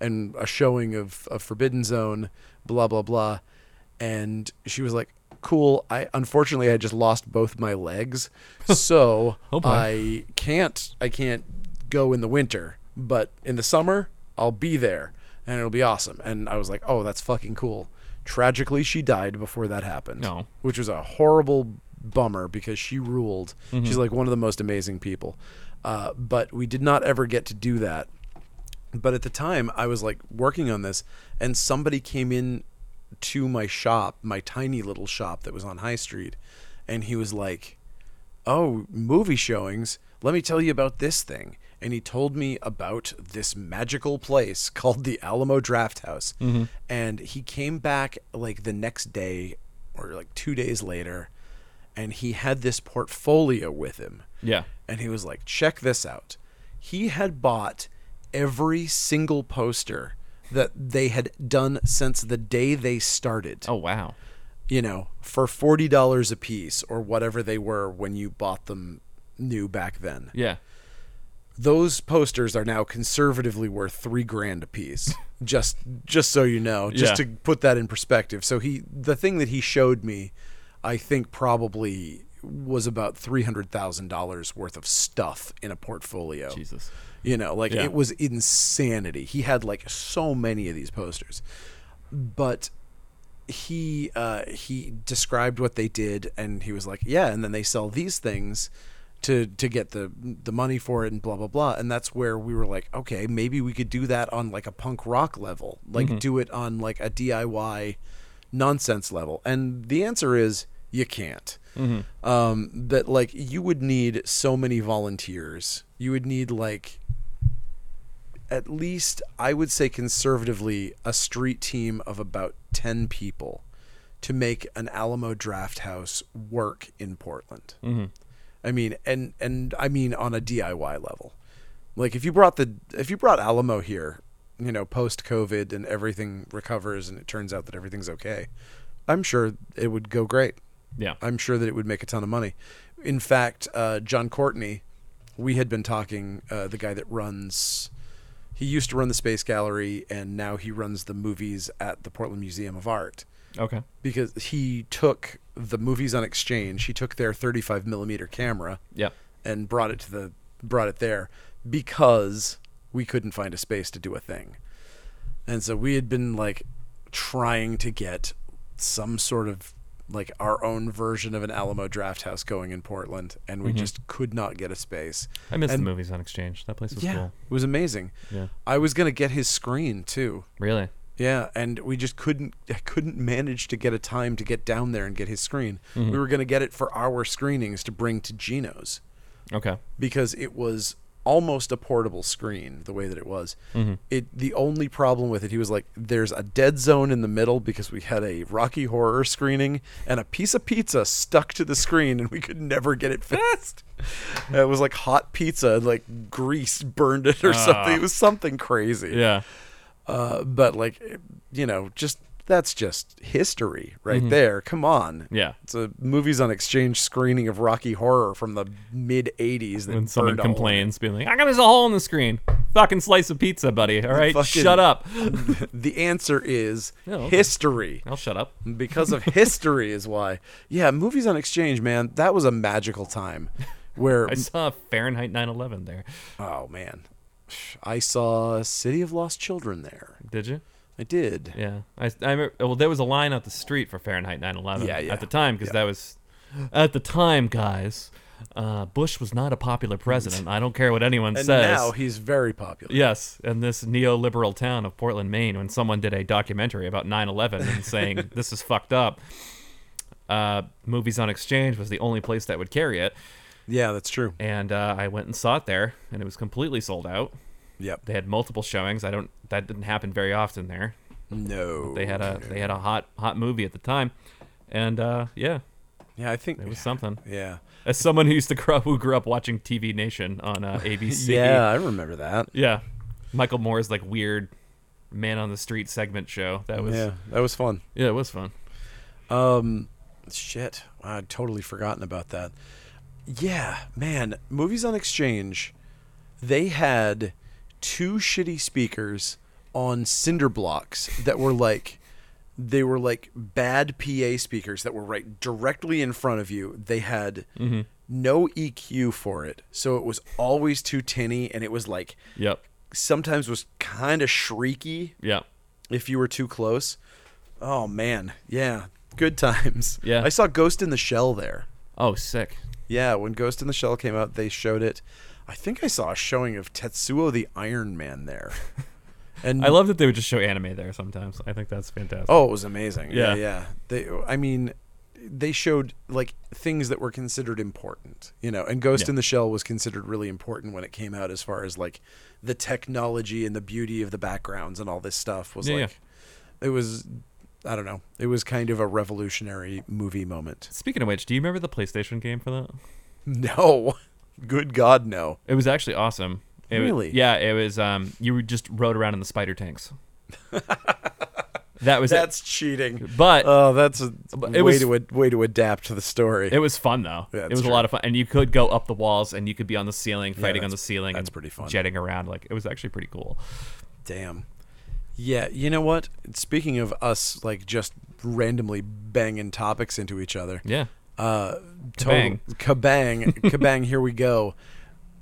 and a showing of, of Forbidden Zone, blah, blah, blah. And she was like, cool. I unfortunately I just lost both my legs. So
Oh, boy.
I can't I can't go in the winter, but in the summer I'll be there and it'll be awesome. And I was like, oh, that's fucking cool. Tragically, she died before that happened
No.
which was a horrible bummer because she ruled. She's like one of the most amazing people. Uh, but we did not ever get to do that. But at the time, I was like working on this, and somebody came in to my shop, my tiny little shop that was on High Street, and he was like, oh, movie showings. Let me tell you about this thing. And he told me about this magical place called the Alamo Draft House. And he came back like the next day or like two days later, and he had this portfolio with him.
yeah.
And he was like, check this out. He had bought every single poster that they had done since the day they started
Oh wow,
you know, for forty dollars a piece or whatever they were when you bought them new back then.
yeah.
Those posters are now conservatively worth three grand a piece. just just so you know, just
Yeah.
to put that in perspective. So he the thing that he showed me, I think probably was about three hundred thousand dollars worth of stuff in a portfolio.
Jesus.
You know, like
Yeah.
it was insanity. He had like so many of these posters. But he uh, he described what they did and he was like, Yeah, and then they sell these things to to get the the money for it and blah blah blah. And that's where we were like, Okay, maybe we could do that on like a punk rock level. Like do it on like a DIY nonsense level. And the answer is you can't um, that like you would need so many volunteers. You would need like at least I would say conservatively a street team of about ten people to make an Alamo Draft House work in Portland.
Mm-hmm.
I mean, and and I mean on a DIY level. Like if you brought the if you brought Alamo here, you know, post COVID and everything recovers and it turns out that everything's okay, I'm sure it would go great.
Yeah.
I'm sure that it would make a ton of money. In fact, uh, John Courtney, we had been talking, uh, the guy that runs, he used to run the Space Gallery, and now he runs the movies at the Portland Museum of Art
Okay.
because he took the movies on exchange. He took their 35 millimeter camera
Yep.
and brought it to the brought it there because we couldn't find a space to do a thing. And so we had been like trying to get some sort of like our own version of an Alamo draft house going in Portland and we just could not get a space.
I miss the
And-
movies on exchange. That place was
yeah.
cool.
It was amazing.
Yeah.
I was going to get his screen too.
Really?
Yeah, and we just couldn't I couldn't manage to get a time to get down there and get his screen. We were going to get it for our screenings to bring to Gino's
Okay.
because it was almost a portable screen the way that it was.
Mm-hmm.
It the only problem with it he was like there's a dead zone in the middle because we had a Rocky horror screening and a piece of pizza stuck to the screen and we could never get it fixed. it was like hot pizza like grease burned it or something. It was something crazy
Ah. Yeah.
uh, but like you know just that's just history right there come on
Mm-hmm. Yeah.
it's a movies on exchange screening of rocky horror from the mid 80s that
When someone
burned all over.
complains, being like, "I got there's a hole in the screen. Fucking slice of pizza, buddy. All right,
Fucking-
shut up.
the answer is
Oh, okay.
history
I'll shut up.
because of history is why yeah movies on exchange man that was a magical time where
I saw Fahrenheit 9/11 there.
oh man i saw city of lost children there
Did you?
i did
Yeah. I, I remember, well, there was a line out the street for Fahrenheit 9/11
Yeah, yeah.
at the time because that was at the time, guys. Uh, Bush was not a popular president. I don't care what anyone
and
says.
now he's very popular
Yes, in this neoliberal town of Portland, Maine, when someone did a documentary about 9 11 and saying this is fucked up, uh, Movies on Exchange was the only place that would carry it.
yeah that's true
And uh, I went and saw it there, and it was completely sold out.
yep
They had multiple showings. I don't that didn't happen very often there.
no
They had a they had a hot hot movie at the time, and uh, yeah,
yeah i think
it was something.
yeah
As someone who used to grow who grew up watching TV Nation on uh, ABC,
Yeah, I remember that.
Yeah. Michael Moore's like weird man on the street segment show. That was
yeah,
yeah,
that was fun.
it was fun.
Um, shit, I'd totally forgotten about that. Yeah, man, movies on exchange. They had two shitty speakers on cinder blocks that were like, they were like bad PA speakers that were right directly in front of you. They had no EQ for it, so it was always too tinny, and it was like
Yep.
sometimes was kind of shrieky.
Yep.
if you were too close. Oh man, yeah, good times.
Yeah.
I saw Ghost in the Shell there.
Oh, sick.
Yeah, when Ghost in the Shell came out, they showed it. I think I saw a showing of Tetsuo the Iron Man there. And
I love that they would just show anime there sometimes. I think that's fantastic.
oh, it was amazing.
Yeah.
yeah, They, I mean, they showed like things that were considered important, you know. And Ghost
Yeah.
in the Shell was considered really important when it came out, as far as like the technology and the beauty of the backgrounds and all this stuff was
Yeah,
like. It was, I don't know. It was kind of a revolutionary movie moment.
Speaking of which, do you remember the PlayStation game for that?
No, good God, no.
It was actually awesome. It wa-
Really?
yeah, it was um you were just rode around in the spider tanks. that was
That's cheating.
it. But
Oh, that's a way
it was-
to ad- way to adapt to the story.
It was fun though.
Yeah,
it
that's
was a
true.
lot of fun, and you could go up the walls, and you could be on the ceiling, fighting on the
that's-
ceiling.
that's
and
pretty fun.
Jetting around, like it was actually pretty cool.
Damn. Yeah, you know what? Speaking of us like just randomly banging topics into each other.
Yeah.
Uh total, kabang. Kabang, here we go.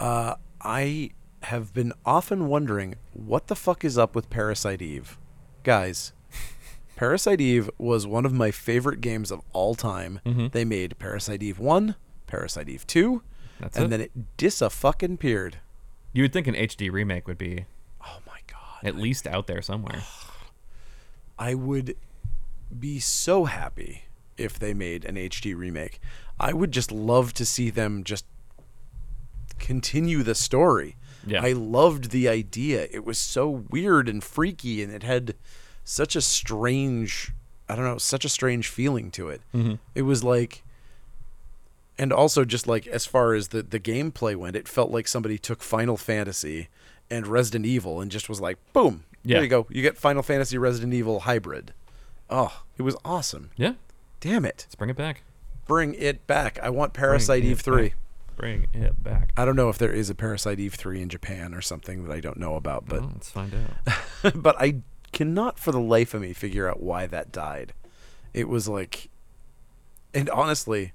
Uh I have been often wondering what the fuck is up with Parasite Eve. Guys, Parasite Eve was one of my favorite games of all time.
Mm-hmm.
They made Parasite Eve 1, Parasite Eve 2,
That's
and
it.
then it disa fucking peered.
You would think an HD remake would be
Oh my god.
at least out there somewhere.
I would be so happy if they made an HD remake. I would just love to see them just continue the story.
Yeah.
I loved the idea. It was so weird and freaky and it had such a strange I don't know, such a strange feeling to it. It was like and also just like as far as the the gameplay went, it felt like somebody took Final Fantasy and Resident Evil and just was like, boom,
Yeah.
there you go. You get Final Fantasy Resident Evil hybrid. Oh, it was awesome.
Yeah.
Damn it.
Let's bring it back.
Bring it back. I want Parasite
it
Eve 3.
back. Bring it back.
I don't know if there is a Parasite Eve 3 in Japan or something that I don't know about, but
Well, Oh, let's find out.
but I cannot for the life of me figure out why that died. It was like and honestly,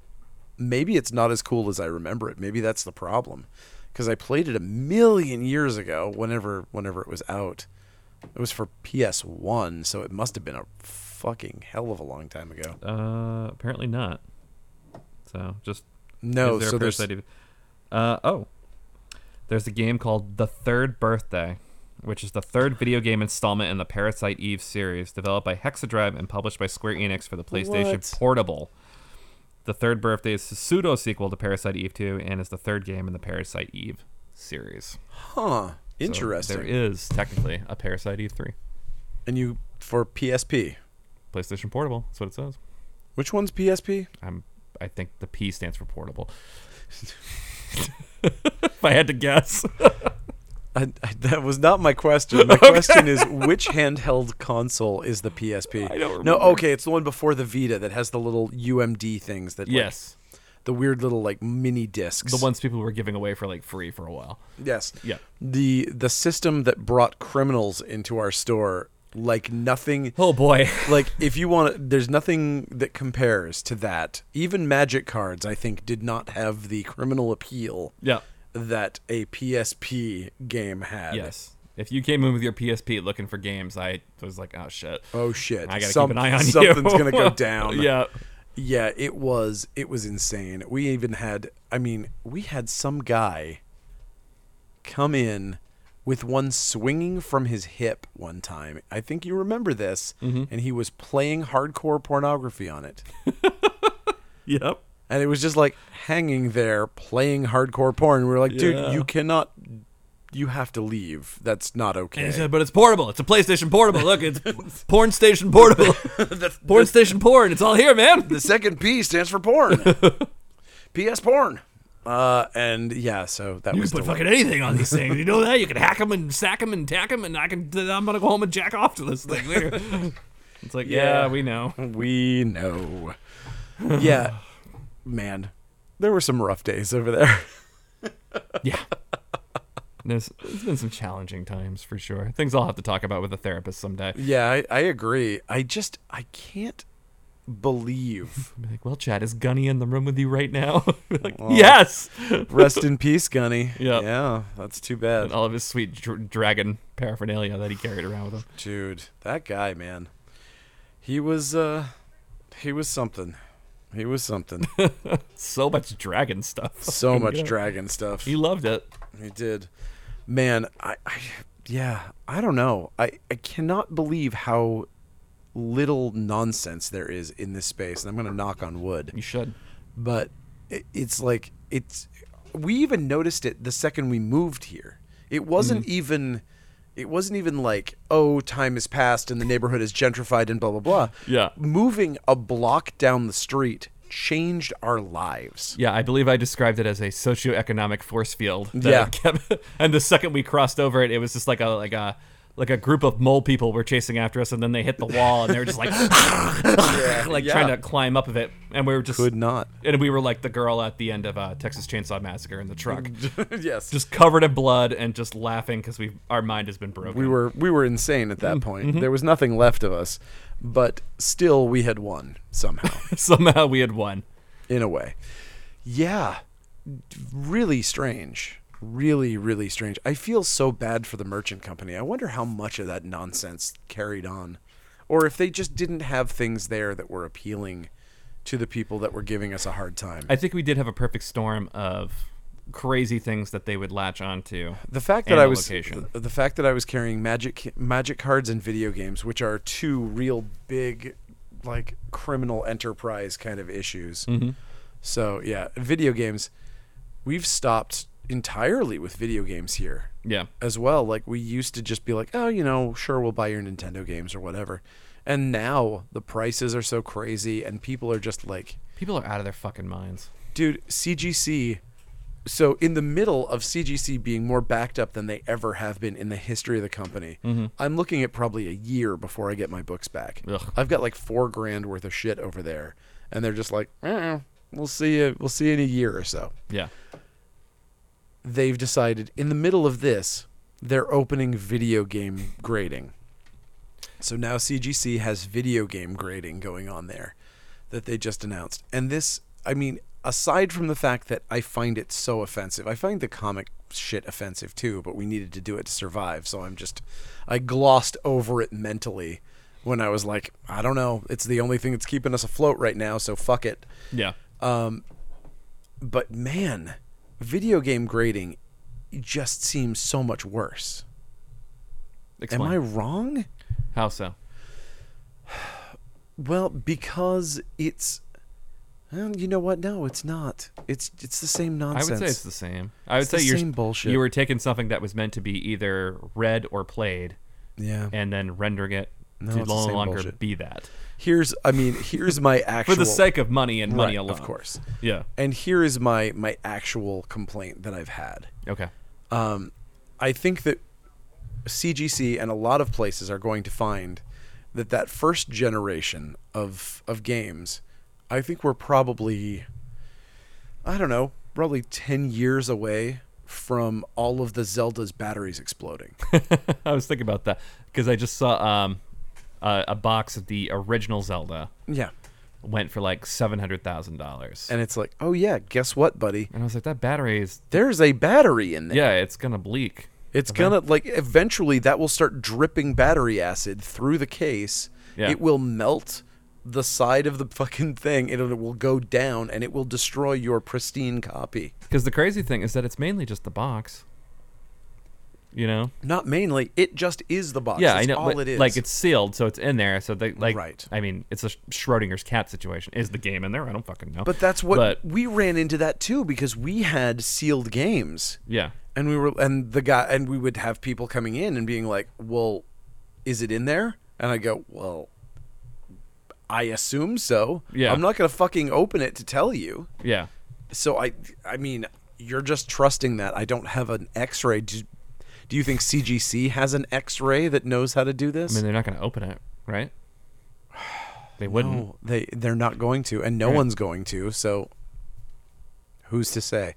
maybe it's not as cool as I remember it. Maybe that's the problem. Cuz I played it a million years ago whenever whenever it was out. It was for PS1, so it must have been a fucking hell of a long time ago.
Uh, apparently not. So just
No,
is there a
so there's
Parasite Eve- Uh, oh, there's a game called The Third Birthday, which is the third video game installment in the Parasite Eve series, developed by Hexadrive and published by Square Enix for the PlayStation
What?
Portable. The Third Birthday is a pseudo sequel to Parasite Eve 2 and is the third game in the Parasite Eve series.
huh,
So
interesting.
there is technically a Parasite Eve 3.
and you for PSP.
PlayStation Portable. That's what it says.
Which one's PSP?
I'm. I think the P stands for portable. if I had to guess,
I, I, that was not my question. My question is which handheld console is the PSP?
I don't
No,
remember.
okay, it's the one before the Vita that has the little UMD things that like,
yes,
the weird little like mini discs.
the ones people were giving away for like free for a while.
Yes.
Yeah.
The the system that brought criminals into our store like nothing
Oh boy.
like if you want there's nothing that compares to that. Even magic cards I think did not have the criminal appeal
Yeah.
that a PSP game had.
Yes. If you came in with your PSP looking for games, I was like, oh shit.
Oh shit!
I gotta
Some-
keep an eye on you.
Something's gonna go down.
yeah.
yeah. It was it was insane. We even had I mean we had some guy come in with one swinging from his hip one time. I think you remember this,
Mm-hmm.
and he was playing hardcore pornography on it,
Yep.
and it was just like hanging there playing hardcore porn. We were like,
Yeah.
dude, you cannot. You have to leave. That's not okay.
And he said, but it's portable. It's a PlayStation Portable. Look, it's porn station portable. porn station porn. It's all here, man.
the second P stands for porn. PS porn. Uh, and yeah, so that
You can
was
put
the-
fucking anything on these things. You know that? You can hack them and sack them and tack them, and I can. I'm gonna go home and jack off to this thing later. it's like, yeah,
Yeah.
we know.
we know. yeah, man, there were some rough days over there.
Yeah. There's, there's been some challenging times for sure. Things I'll have to talk about with a therapist someday.
yeah, I, I agree. I just I can't believe.
I'll be like, well, Chad, is Gunny in the room with you right now? Be like, yes.
Rest in peace, Gunny.
Yep.
Yeah, that's too
And
bad,
all of his sweet dr- dragon paraphernalia that he carried around with him.
dude. That guy, man. He was uh, he was something. He was something.
So much dragon stuff.
So much
Yeah.
dragon stuff.
He loved it.
He did. Man, I, I yeah, I don't know. I, I cannot believe how little nonsense there is in this space, and I'm gonna knock on wood.
You should.
But it, it's like it's we even noticed it the second we moved here. It wasn't even it wasn't even like, oh, time has passed and the neighborhood is gentrified and blah blah blah.
Yeah.
Moving a block down the street changed our lives.
Yeah, I believe I described it as a socioeconomic force field. that
Yeah.
kept- and the second we crossed over it, it was just like a like a like a group of mole people were chasing after us, and then they hit the wall, and they were just like like
yeah.
trying to climb up of it, and we were just
Could not.
and we were like the girl at the end of uh, Texas Chainsaw Massacre in the truck,
yes.
just covered in blood and just laughing because we our mind has been broken.
we were we were insane at that point. There was nothing left of us, but still we had won somehow
somehow we had won.
in a way. Yeah, really strange. Really, really strange. I feel so bad for the merchant company. I wonder how much of that nonsense carried on, or if they just didn't have things there that were appealing to the people that were giving us a hard time.
I think we did have a perfect storm of crazy things that they would latch onto.
the fact that
and
I
the
was
location.
the, the fact that I was carrying magic magic cards and video games, which are two real big like criminal enterprise kind of issues.
Mm-hmm.
So yeah, video games. We've stopped entirely with video games here
Yeah.
as well. Like we used to just be like, oh, you know, sure, we'll buy your Nintendo games or whatever. And now the prices are so crazy, and people are just like,
People are out of their fucking minds.
dude cgc so in the middle of cgc being more backed up than they ever have been in the history of the company i'm looking at probably a year before i get my books back
Ugh.
i've got like four grand worth of shit over there and they're just like "Uh-uh, we'll see you we'll see you in a year or so
Yeah.
they've decided in the middle of this, they're opening video game grading. So now CGC has video game grading going on there that they just announced. And this, I mean, aside from the fact that I find it so offensive, I find the comic shit offensive too, but we needed to do it to survive. So I'm just, I glossed over it mentally when I was like, I don't know. It's the only thing that's keeping us afloat right now. So fuck it.
Yeah.
But man, video game grading just seems so much worse.
Explain.
Am I wrong?
How so?
Well, because it's. Well, you know what? No, it's not. It's it's the same
I
nonsense.
would say it's the same. I would
It's
say
the
you're
same bullshit.
you were taking something that was meant to be either read or played
yeah.
and then rendering it
No,
to
it's the
no
same
longer
bullshit.
be that.
Here's I mean, here's my actual
For the sake of money and money
Right,
alone.
of course.
Yeah.
And here is my my actual complaint that I've had.
Okay.
I think that CGC and a lot of places are going to find that that first generation of of games, I think we're probably I don't know, probably 10 years away from all of the Zelda's batteries exploding.
I was thinking about that because I just saw um, uh, a box of the original Zelda
yeah.
went for like seven hundred thousand dollars, and
And it's like, "Oh yeah, guess what, buddy?
I was like, that battery is
There's a battery in there."
yeah, it's gonna bleak.
It's gonna like eventually that will start dripping battery acid through the case.
Yeah.
It will melt the side of the fucking thing. and It will go down and it will destroy your pristine copy.
Because the crazy thing is that it's mainly just the box. You know.
Not mainly. It just is the box.
Yeah,
That's
I know.
All it
but,
is.
Like it's sealed, so it's in there. So they like.
Right.
I mean, it's a Sch- Schrodinger's cat situation. Is the game in there? I don't fucking know.
but that's what
But
we ran into that too because we had sealed games.
yeah.
and we were and the guy and we would have people coming in and being like well is it in there and i go well i assume so
Yeah.
i'm not gonna fucking open it to tell you
Yeah.
so i i mean you're just trusting that i don't have an x-ray do, do you think cgc has an x-ray that knows how to do
I
this
mean, they're not going to open it, right? They wouldn't.
no they they're not going to and no
Right.
one's going to so who's to say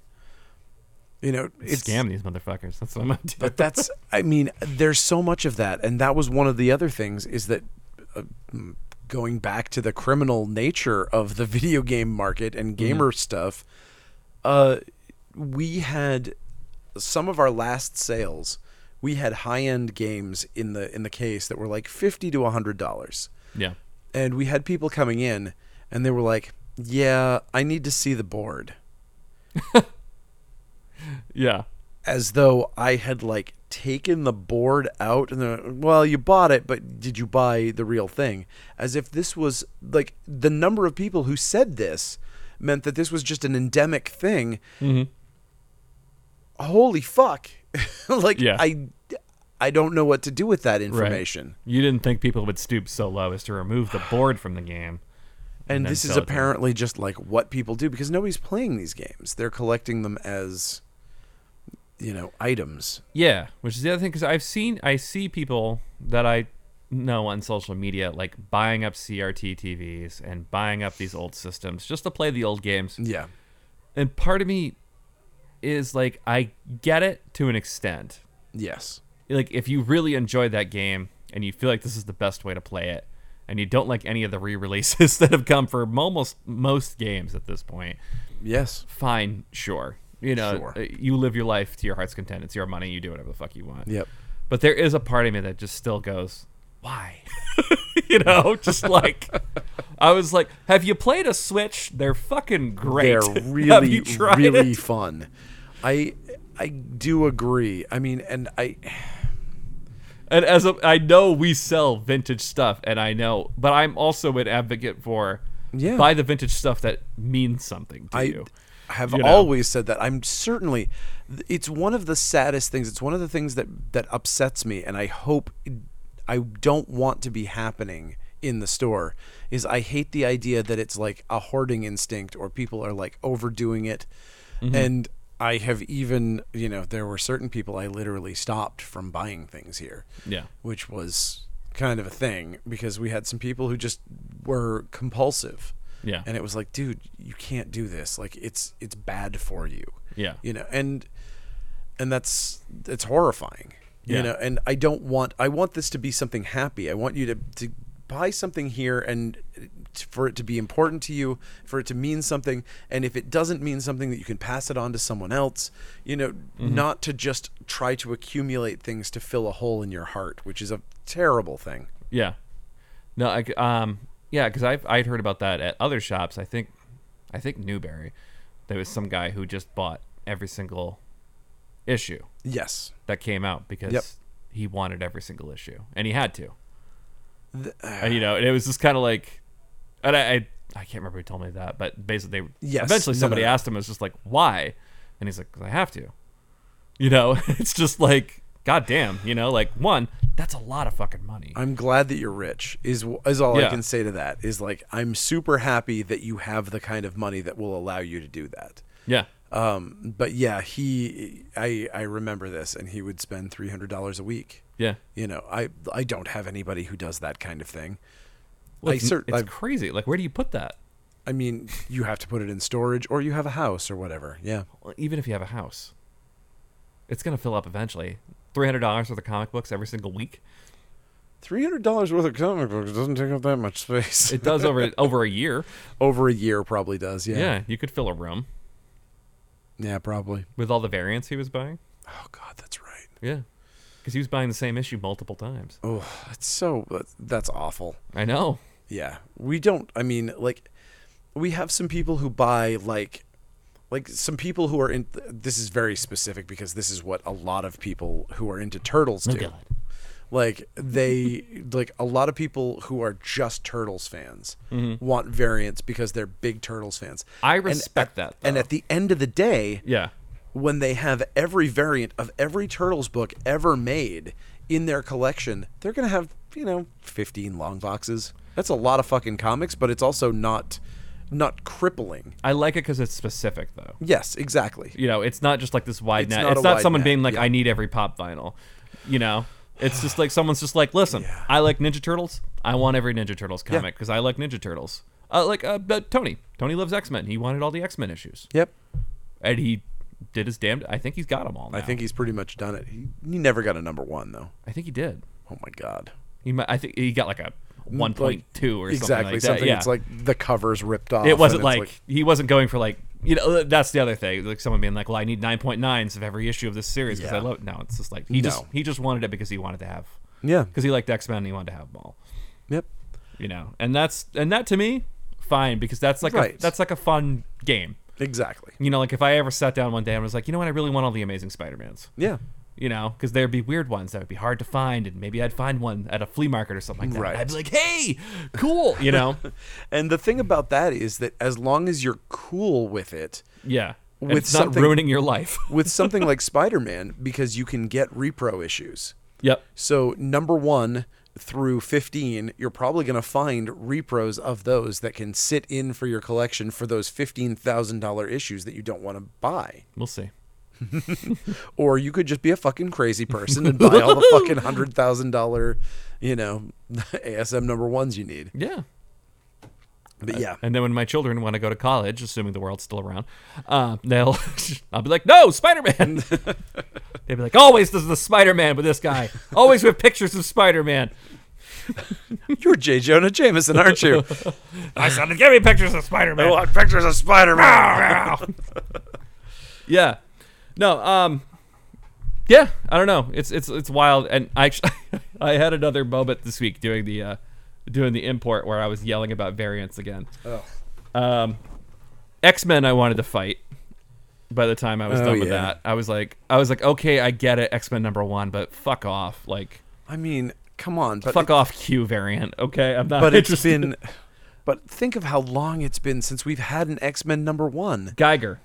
you know it's
Scam these motherfuckers. That's what I'm going to do.
but that's i mean there's so much of that and that was one of the other things is that uh, mm, going back to the criminal nature of the video game market and gamer stuff uh, we had some of our last sales we had high-end games in the in the case that were like 50 to 100 dollars
yeah.
and we had people coming in and they were like yeah i need to see the board
Yeah.
as though I had like taken the board out and they're, well, you bought it, but did you buy the real thing? As if this was like the number of people who said this meant that this was just an endemic thing.
Mm-hmm.
Holy fuck! like
Yeah.
I, I don't know what to do with that information.
You didn't think people would stoop so low as to remove the board from the game.
And
then
this is
sell it to them.
apparently just like what people do because nobody's playing these games. They're collecting them as, you know, items.
Yeah, which is the other thing because I've seen I see people that I know on social media like buying up CRT TVs and buying up these old systems just to play the old games.
Yeah.
And part of me is like I get it to an extent.
Yes.
Like if you really enjoy that game and you feel like this is the best way to play it and you don't like any of the re-releases that have come for almost most games at this point,
Yes.
fine, sure. You know,
Sure.
uh, you live your life to your heart's content. It's your money. You do whatever the fuck you want.
Yep.
But there is a part of me that just still goes, why? you know, just like I was like, have you played a Switch? They're fucking great.
They're
have
really,
you tried
really
it?
fun. I I do agree. I mean, and I
And as a, I know we sell vintage stuff, and I know, but I'm also an advocate for
Yeah.
buy the vintage stuff that means something to
I
you.
have
You know?
always said that. I'm certainly. It's one of the saddest things. It's one of the things that that upsets me, and I hope I don't want to be happening in the store. Is I hate the idea that it's like a hoarding instinct, or people are like overdoing it,
Mm-hmm.
and. I have even, you know, there were certain people I literally stopped from buying things here.
Yeah.
which was kind of a thing because we had some people who just were compulsive.
Yeah.
And it was like, dude, you can't do this. Like it's it's bad for you.
Yeah.
You know, and and that's it's horrifying
Yeah.
you know and i don't want i want this to be something happy i want you to, to buy something here and t- for it to be important to you for it to mean something and if it doesn't mean something that you can pass it on to someone else you know
Mm-hmm.
not to just try to accumulate things to fill a hole in your heart which is a terrible thing
Yeah. No, I, um, yeah, because I've I'd heard about that at other shops. I think, I think Newberry, there was some guy who just bought every single issue
yes
that came out because
Yep.
he wanted every single issue and he had to.
uh,
And, uh, you know, and it was just kind of like, and I, I I can't remember who told me that, but basically, they,
Yes.
eventually
No,
somebody
no, no.
asked him, it was just like, why? And he's like, 'Cause I have to. You know, it's just like, goddamn, you know, like one, that's a lot of fucking money.
I'm glad that you're rich is is all
Yeah.
I can say to that is like I'm super happy that you have the kind of money that will allow you to do that.
yeah.
Um, but yeah, he I I remember this and he would spend three hundred dollars a week.
Yeah.
You know, I I don't have anybody who does that kind of thing.
Well,
I
it's,
cer-
it's
I-
crazy. Like, where do you put that?
I mean, you have to put it in storage or you have a house or whatever. Yeah.
Well, even if you have a house, it's gonna fill up eventually. Three hundred dollars worth of comic books every single week.
Three hundred dollars worth of comic books doesn't take up that much space.
It does over over a year.
Over a year probably does, yeah.
Yeah. you could fill a room
Yeah, probably.
with all the variants he was buying.
Oh god, that's right.
Yeah, because he was buying the same issue multiple times.
Oh, that's so that's- that's awful.
I know.
Yeah. We don't I mean, like we have some people who buy like like some people who are in this is very specific because this is what a lot of people who are into turtles do. Like they like a lot of people who are just turtles fans want variants because they're big turtles fans.
Mm-hmm. I
And
respect
at-
that, though.
And at the end of the day,
Yeah,
when they have every variant of every Turtles book ever made in their collection, they're going to have, you know, 15 long boxes. That's a lot of fucking comics, but it's also not not crippling.
I like it because it's specific though.
Yes, exactly.
You know, it's not just like this wide
It's
net.
not
it's
a
not
wide
someone
net,
being like,
yeah.
"I need every pop vinyl." You know, it's just like someone's just like, "Listen,
Yeah.
I like Ninja Turtles. I want every Ninja Turtles comic because I like Ninja Turtles." Uh, like uh, uh, Tony. Tony loves X Men. He wanted all the X Men issues,
Yep.
and he did his damned. I think he's got them all. Now.
I think he's pretty much done it. He, he never got a number 1 though.
I think he did.
Oh my god.
He might, I think he got like a one point two or something
exactly
like that.
something
yeah.
that's like the covers ripped off.
it wasn't
and it's
like, he wasn't going for like you know that's the other thing like someone being like well i need 9.9s of every issue of this series because i
Yeah.
love it no it's just like he just
No.
he just wanted it because he wanted to have
Yeah.
because he liked x-men and he wanted to have them all
Yep.
you know and that's and that to me fine because that's like a,
Right.
that's like a fun game
Exactly.
you know like if i ever sat down one day and was like you know what i really want all the amazing spider-mans
Yeah.
you know, because there'd be weird ones that would be hard to find, and maybe I'd find one at a flea market or something like that.
Right.
I'd be like, "Hey, cool," you know?
And the thing about that is that as long as you're cool with it,
yeah, And
With
it's not
something-
ruining your life.
with something like Spider-Man because you can get repro issues.
yep.
So number 1 through 15, you're probably going to find repros of those that can sit in for your collection for those $15,000 issues that you don't want to buy.
We'll see.
Or you could just be a fucking crazy person and buy all the fucking $100,000, you know, ASM number 1s you need.
Yeah.
But yeah.
And then when my children want to go to college, assuming the world's still around, uh, they'll I'll be like, "No, Spider-Man." They'll be like, "Always this is the Spider-Man with this guy. Always with pictures of Spider-Man."
You're J. Jonah Jameson, aren't you?
I said, "Give me pictures of Spider-Man."
want pictures of Spider-Man.
yeah. No, um yeah, I don't know. It's it's it's wild and I actually I had another moment this week doing the uh doing the import where I was yelling about variants again.
Oh.
Um X-Men I wanted to fight by the time I was
Oh,
done with
yeah.
that. I was like I was like, "Okay, I get it. X-Men number 1, but fuck off." Like
I mean, come on. But
fuck off Q variant. Okay, I'm not
but it's
interested.
been but think of how long it's been since we've had an x-men number one
Geiger.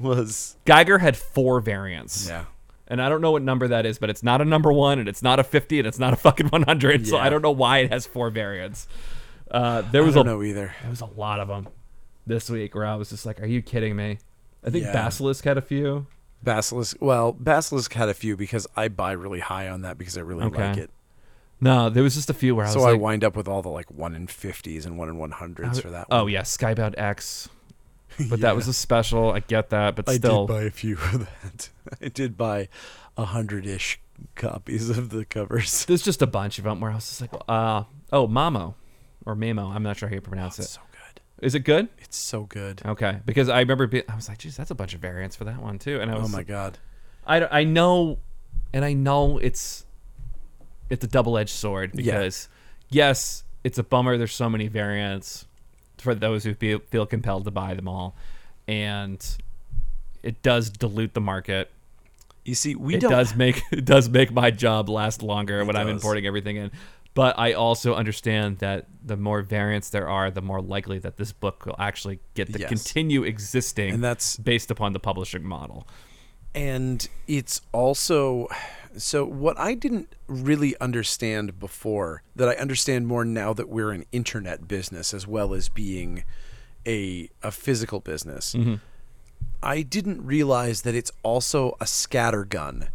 was
Geiger had four variants.
yeah
And I don't know what number that is, but it's not a number one, and it's not a fifty, and it's not a fucking one hundred. So
Yeah.
I don't know why it has four variants. Uh, there
i
was
don't
a
know either
there was a lot of them this week where I was just like, "Are you kidding me?" I think
Yeah.
Basilisk had a few.
basilisk well basilisk had a few because i buy really high on that because i really
Okay.
like it
No, there was just a few where I was
so i
like,
Uh,
Uh,
wind up with all the like one in 50s and one in 100s for that one.
"Oh yeah, Skybound oh, X, But that was a special. I get that, but
I
still,
did buy a few of that. I did buy a hundred ish copies of the covers.
there's just a bunch of them where I was just like, uh, oh, Mamo, or Mamo. I'm not sure how you pronounce
It's
it.
so good.
Is it good?
It's so good.
Okay, because I remember being, I was like, geez, that's a bunch of variants for that one too. And I
Oh
was,
my god.
I, don't- I know, and I know it's, it's a double edged sword
Yeah.
because, yes, it's a bummer. There's so many variants for those who feel, feel compelled to buy them all, and it does dilute the market.
You see, we
it
don't.
does make it does make my job last longer when I'm
does.
importing everything in. But I also understand that the more variants there are, the more likely that this book will actually get to
Yes.
continue existing.
And that's-
based upon the publishing model.
and it's also so what I didn't really understand before that I understand more now that we're an internet business as well as being a a physical business. I didn't realize that it's also a scattergun.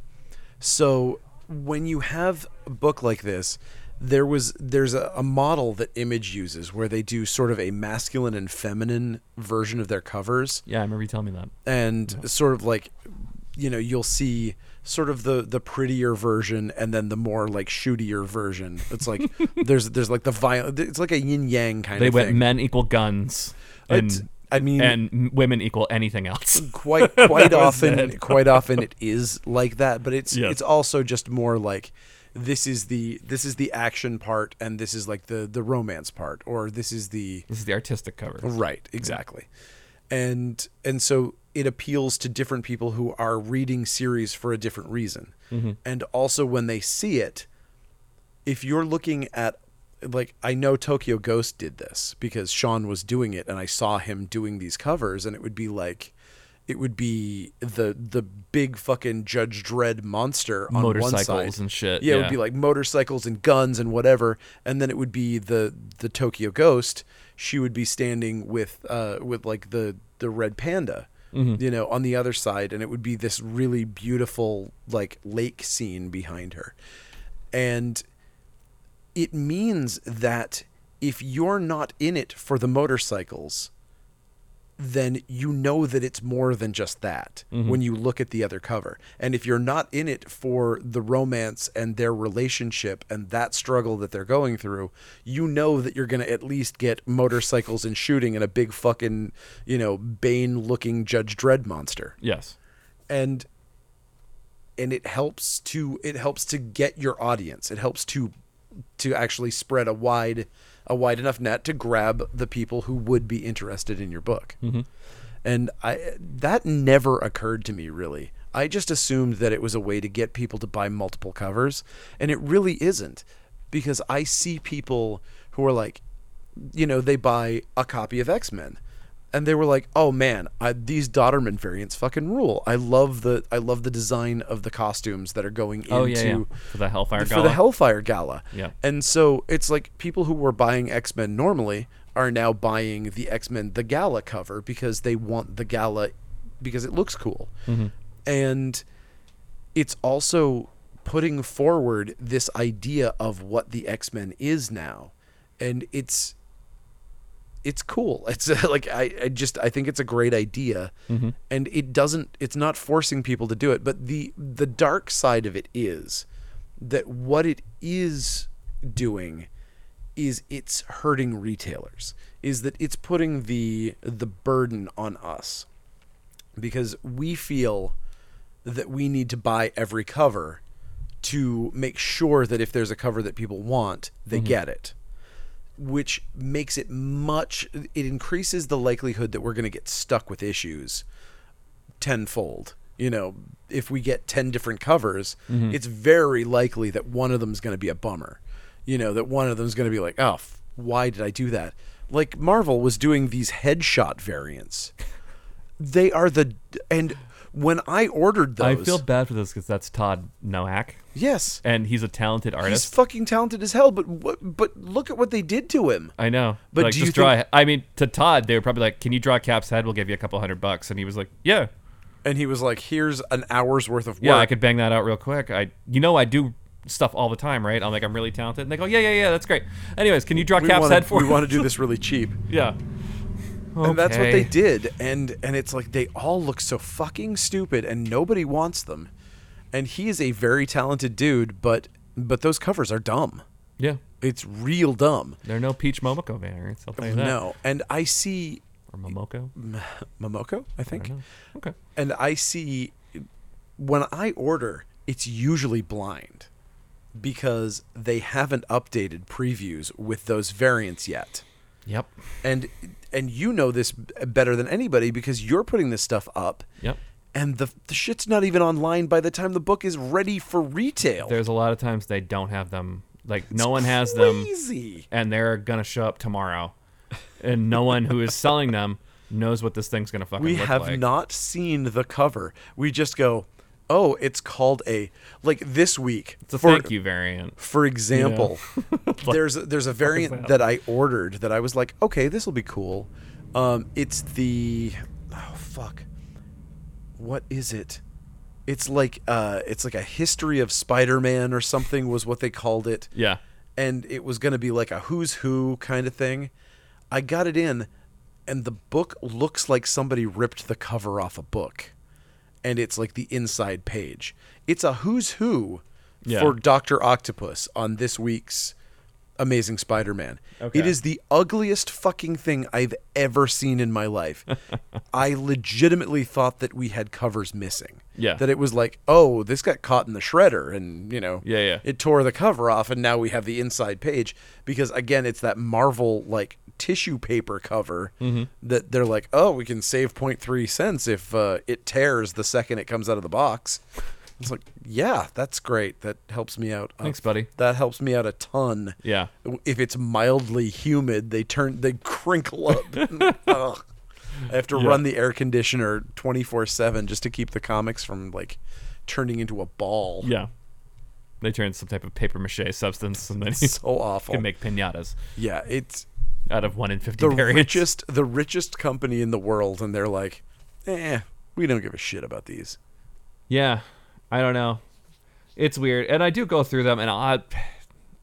So when you have a book like this, there was there's a, a model that Image uses where they do sort of a masculine and feminine version of their covers
Yeah, I remember you telling me that.
and sort of like you know you'll see sort of the the prettier version and then the more like shootier version it's like there's there's like the violent it's like a yin yang kind
They
of
went
thing
men equal guns and
It's- i mean
and m- women equal anything else.
quite quite
was
often
it.
quite often it is like that but it's
Yes.
it's also just more like this is the this is the action part and this is like the the romance part or this is the
This is the artistic cover.
Right, exactly. And and so it appeals to different people who are reading series for a different reason. And also when they see it, if you're looking at like I know Tokyo Ghost did this because Sean was doing it and I saw him doing these covers and it would be like it would be the the big fucking Judge Dredd monster on one
Motorcycles
side
and shit,
Yeah, it would
yeah.
be like motorcycles and guns and whatever, and then it would be the the Tokyo Ghost. She would be standing with uh with like the the red panda, you know, on the other side, and it would be this really beautiful like lake scene behind her, and it means that if you're not in it for the motorcycles then you know that it's more than just that when you look at the other cover. And if you're not in it for the romance and their relationship and that struggle that they're going through, you know that you're going to at least get motorcycles and shooting and a big fucking, you know, Bane looking Judge Dredd monster.
Yes.
And and it helps to it helps to get your audience. It helps to to actually spread a wide a wide enough net to grab the people who would be interested in your book. And I that never occurred to me really. I just assumed that it was a way to get people to buy multiple covers, and it really isn't because I see people who are like you know, they buy a copy of X-Men and they were like, "Oh man, I, these Dodderman variants fucking rule. I love the I love the design of the costumes that are going into
Oh yeah, yeah. For the Hellfire
for
Gala.
the Hellfire Gala.
Yeah.
And so it's like people who were buying X Men normally are now buying the X Men the Gala cover because they want the Gala because it looks cool.
Mm-hmm.
And it's also putting forward this idea of what the X Men is now. And it's it's cool. It's uh, like I, I just I think it's a great idea, and it doesn't. It's not forcing people to do it. But the the dark side of it is that what it is doing is it's hurting retailers. Is that it's putting the the burden on us because we feel that we need to buy every cover to make sure that if there's a cover that people want, they get it which makes it much it increases the likelihood that we're going to get stuck with issues tenfold you know if we get 10 different covers
Mm-hmm.
it's very likely that one of them's going to be a bummer you know that one of them's going to be like oh f- why did i do that like marvel was doing these headshot variants they are the and when i ordered
I
those
feel bad for this because that's Todd Noack,
yes
and he's a talented
he's
artist.
fucking talented as hell but what, but look at what they did to him
I know.
But
like,
do
just
you
draw. I mean, to Todd, they were probably like, "Can you draw Cap's head? We'll give you a couple hundred bucks." And he was like, "Yeah,
and he was like here's an hour's worth of work
yeah, I could bang that out real quick. I, you know, I do stuff all the time, right? I'm like, I'm really talented." And they go, "Yeah, yeah, yeah, that's great." Anyways, can you draw
we
Cap's
wanna-
head for
we
me?"
want to do this really cheap.
yeah,
And that's what
Okay.
they did. And and it's like they all look so fucking stupid and nobody wants them. And he is a very talented dude, but but those covers are dumb.
Yeah.
It's real dumb.
There are no Peach Momoko variants. I'll tell you that.
No. And I see
Or Momoko.
Momoko, I think.
No. Okay.
and I see when I order, it's usually blind because they haven't updated previews with those variants yet.
Yep.
And and you know this b- better than anybody because you're putting this stuff up.
Yep.
And the, the shit's not even online by the time the book is ready for retail.
There's a lot of times they don't have them. Like
It's
no one has them,
Crazy.
and they're gonna show up tomorrow, and no one who is selling them knows what this thing's gonna fucking
We
look
have
like.
not seen the cover. We just go, oh, it's called a like this week
it's a
for
thank you variant.
For example, there's a, there's a variant
that?
that? I ordered that I was like, okay, this will be cool. Um, it's the oh fuck, what is it? It's like uh, it's like a history of Spider-Man or something was what they called it,
Yeah.
and it was gonna be like a who's who kind of thing. I got it in, and the book looks like somebody ripped the cover off a book, and it's like the inside page. It's a who's who
Yeah.
for Doctor Octopus on this week's Amazing Spider-Man. It
Okay.
is the ugliest fucking thing I've ever seen in my life. I legitimately thought that we had covers missing.
Yeah.
That it was like, oh, this got caught in the shredder, and you know,
Yeah, yeah.
it tore the cover off, and now we have the inside page because again, it's that Marvel like tissue paper cover
Mm-hmm.
that they're like, oh, we can save 0.3 cents if uh, it tears the second it comes out of the box. It's like, yeah, that's great. That helps me out. a-
Thanks, buddy.
That helps me out a ton.
Yeah.
If it's mildly humid, they turn they crinkle up. Ugh. I have to run the air conditioner 24/7 just to keep the comics from like turning into a ball.
Yeah. They turn some type of paper mache substance, and then you
So awful.
can make pinatas
yeah, it's
out of one in fifty
the
variants.
richest the richest company in the world and they're like, "Eh, we don't give a shit about these."
Yeah, I don't know. It's weird, and I do go through them, and I,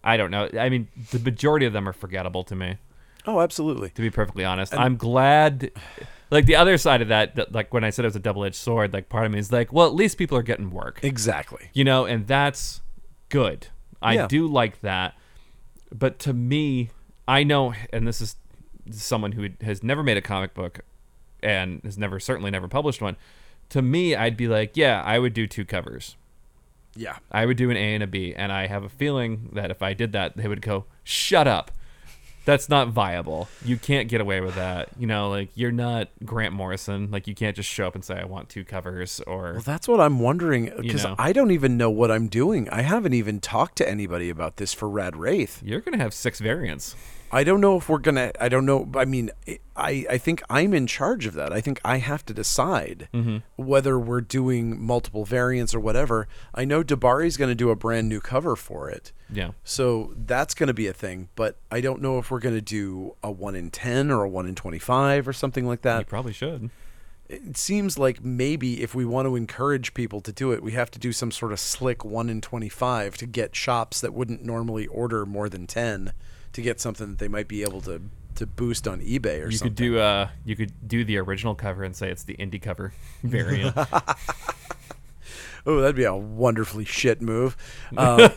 I don't know. I mean, the majority of them are forgettable to me.
Oh, absolutely.
To be perfectly honest, I'm glad. Like the other side of that, that, like when I said it was a double-edged sword, like part of me is like, well, at least people are getting work,
Exactly.
you know, and that's good. I
Yeah.
do like that, but to me, I know, and this is someone who has never made a comic book and has never certainly never published one. To me, I'd be like, yeah, I would do two covers.
Yeah.
I would do an A and a B, and I have a feeling that if I did that, they would go, "Shut up, that's not viable. You can't get away with that. You know, like you're not Grant Morrison. Like you can't just show up and say I want two covers or
Well, that's what I'm wondering because
know.
I don't even know what I'm doing. I haven't even talked to anybody about this for Rad Wraith.
you're gonna have six variants.
I don't know if we're gonna. I don't know. I mean, I I think I'm in charge of that. I think I have to decide whether we're doing multiple variants or whatever. I know Dabari's gonna do a brand new cover for it.
Yeah,
So that's going to be a thing, but I don't know if we're going to do a 1 in 10 or a 1 in 25 or something like
you
that.
probably should.
It seems like maybe if we want to encourage people to do it, we have to do some sort of slick 1 in 25 to get shops that wouldn't normally order more than 10 to get something that they might be able to to boost on eBay or
You
something.
could do uh, you could do the original cover and say it's the indie cover variant.
oh, that'd be a wonderfully shit move. Um,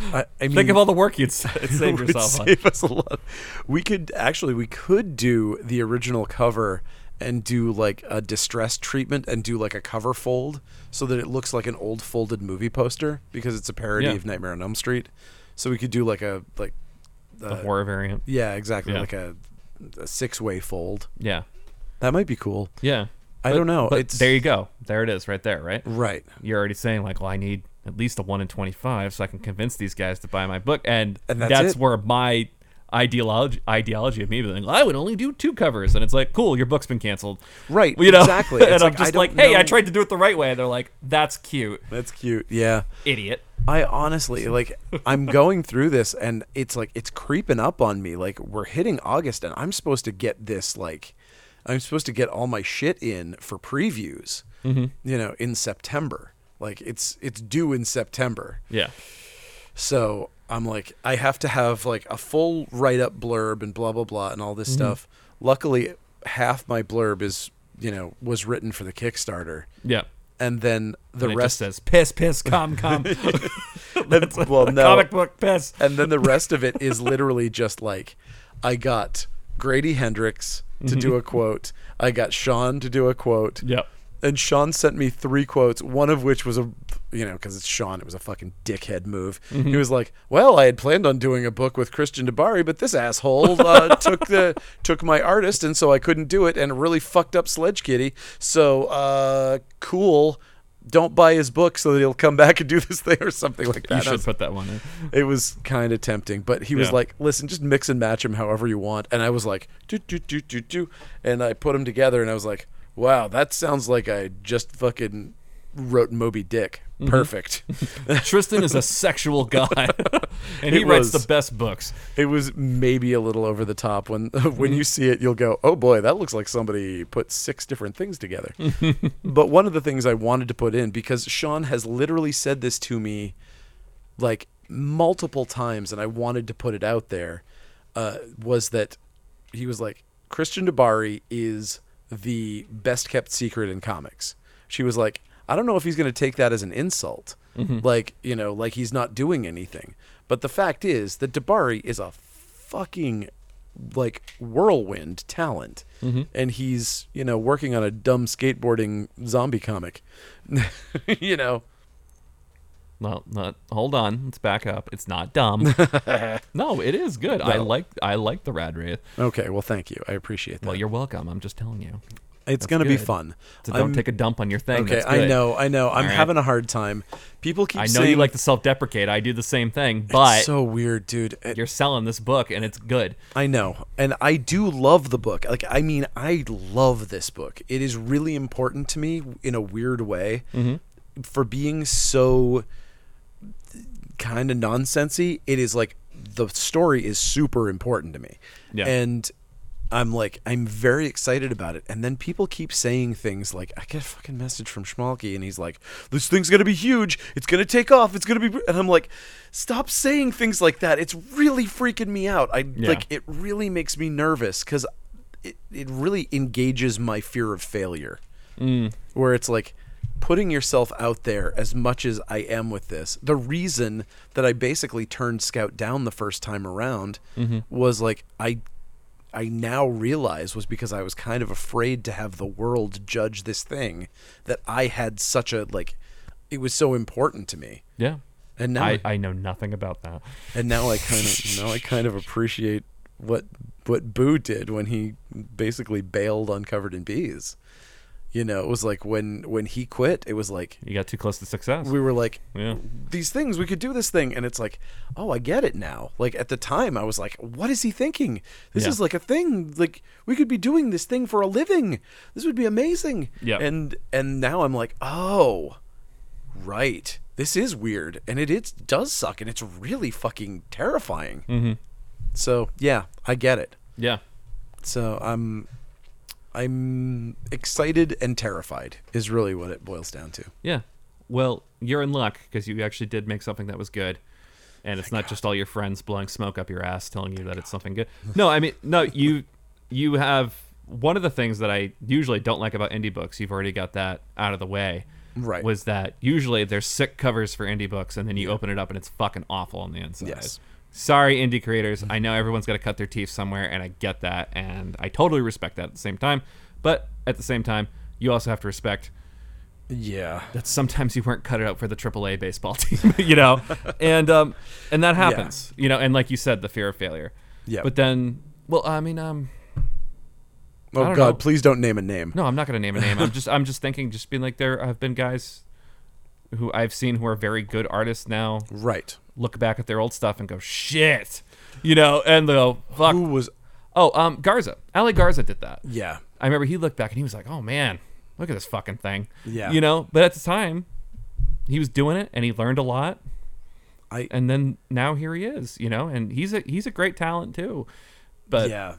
I, I mean,
Think of all the work you'd s- save
would
yourself on.
save us a lot. We could actually we could do the original cover and do like a distress treatment and do like a cover fold so that it looks like an old folded movie poster because it's a parody
Yeah.
of Nightmare on Elm Street. So we could do like a like
The horror variant.
yeah, exactly
Yeah.
like a, a six way fold.
Yeah,
That might be cool.
yeah.
I don't know.
But
It's-
there you go. There it is, right there, right?
Right.
you're already saying like, well, I need at least a one in twenty five so I can convince these guys to buy my book, and,
And that's it.
where my ideology ideology of me being like, I would only do two covers, and it's like, cool, your book's been canceled,
Right,
You know,
exactly.
and
It's
I'm
like, I
just like,
don't
hey, I
know-
tried to do it the right way. And they're like, that's cute,
That's cute. Yeah.
idiot.
I honestly like I'm going through this and it's like it's creeping up on me. Like we're hitting August and I'm supposed to get this like I'm supposed to get all my shit in for previews.
Mm-hmm.
You know, in September. Like it's it's due in September.
Yeah,
So I'm like,
Mm-hmm.
I have to have like a full write up blurb and blah blah blah and all this stuff. Luckily, half my blurb is you know was written for the Kickstarter,
Yeah.
and then the
And it just
rest.
says piss, piss, come, come.
That's well, no,
Comic book piss.
and then the rest of it is literally just like I got Grady Hendrix to do a quote. I got Sean to do a quote.
Yep.
And Sean sent me three quotes, one of which was a, you know, because it's Sean, it was a fucking dickhead move. He was like, "Well, I had planned on doing a book with Christian Debari, but this asshole uh, took the took my artist, and so I couldn't do it, and really fucked up Sledge Kitty. So, uh, cool. Don't buy his book so that he'll come back and do this thing or something like that."
You
And I
should
was
put that one in.
it was kind of tempting, but he was
Yeah.
like, "Listen, just mix and match them however you want." And I was like, "Do do do do do," and I put them together, and I was like, "Wow, that sounds like I just fucking wrote Moby Dick. Perfect."
Tristan is a sexual guy, and he
It was.
writes the best books.
it was maybe a little over the top. When when you see it, you'll go, "Oh boy, that looks like somebody put six different things together." but one of the things I wanted to put in because Sean has literally said this to me like multiple times, and I wanted to put it out there, uh, was that he was like, Christian Debari is the best kept secret in comics. She was like, I don't know if he's going to take that as an insult. Like, you know, like he's not doing anything. But the fact is that Debari is a fucking like whirlwind talent. And he's, you know, working on a dumb skateboarding zombie comic. you know,
Well, not, hold on, let's back up. It's not dumb. no, it is good. I
No.
like I like the Rad Wraith.
Okay, well, thank you. I appreciate that.
Well, you're welcome. I'm just telling you.
it's going to be
good.
fun.
So don't
I'm-
take a dump on your thing.
Okay,
That's
I
good.
know, I know. I'm
right.
having a hard time. People keep
I know
saying
you like to self-deprecate. I do the same thing, but
it's so weird, dude. It-
you're selling this book, and it's good.
I know. And I do love the book. Like I mean, I love this book. It is really important to me in a weird way
Mm-hmm.
for being so kind of nonsensy. It is like the story is super important to me.
Yeah.
And I'm like I'm very excited about it. And then people keep saying things like I get a fucking message from Schmalky and he's like this thing's going to be huge. It's going to take off. It's going to be br-" and I'm like stop saying things like that. It's really freaking me out. I
Yeah.
like it really makes me nervous cuz it it really engages my fear of failure where it's like putting yourself out there as much as I am with this. The reason that I basically turned Scout down the first time around was like I I now realize was because I was kind of afraid to have the world judge this thing that I had such a like it was so important to me.
Yeah.
And now
I, I know nothing about that.
and now I kind of now I kind of appreciate what what Boo did when he basically bailed on covered in bees. You know, it was like when when he quit, it was like
You got too close to success.
we were like
Yeah.
these things we could do this thing and it's like oh i get it now like at the time i was like what is he thinking this
Yeah.
is like a thing like we could be doing this thing for a living this would be amazing
Yeah.
and and now i'm like oh right this is weird and it, it does suck and it's really fucking terrifying
Mm-hmm.
so yeah i get it
yeah.
so i'm i'm excited and terrified is really what it boils down to
Yeah. Well, you're in luck because you actually did make something that was good. And it's not just all your friends blowing smoke up your ass telling you that it's something good. No, I mean, no, you you have one of the things that I usually don't like about indie books. You've already got that out of the way.
Right.
Was that usually there's sick covers for indie books and then you open it up and it's fucking awful on the inside.
Yes.
Sorry, indie creators. I know everyone's got to cut their teeth somewhere, and I get that, and I totally respect that at the same time. But at the same time, you also have to respect
yeah
that sometimes you weren't cut out for the AAA baseball team, you know, and um, and that happens, you know, and like you said, the fear of failure.
Yeah.
But then, well, I mean, um, I
oh
don't
god
know.
please don't name a name
no, I'm not gonna name a name. I'm just, I'm just thinking, just being like, there have been guys who I've seen who are very good artists now
Right.
look back at their old stuff and go, shit, you know, and they'll go, fuck.
Who was?
Oh, um, Garza, Ali Garza did that.
Yeah.
I remember he looked back and he was like, "Oh man, look at this fucking thing."
Yeah.
You know, but at the time, he was doing it and he learned a lot.
I-
and then now here he is, you know, and he's a he's a great talent too. But
yeah.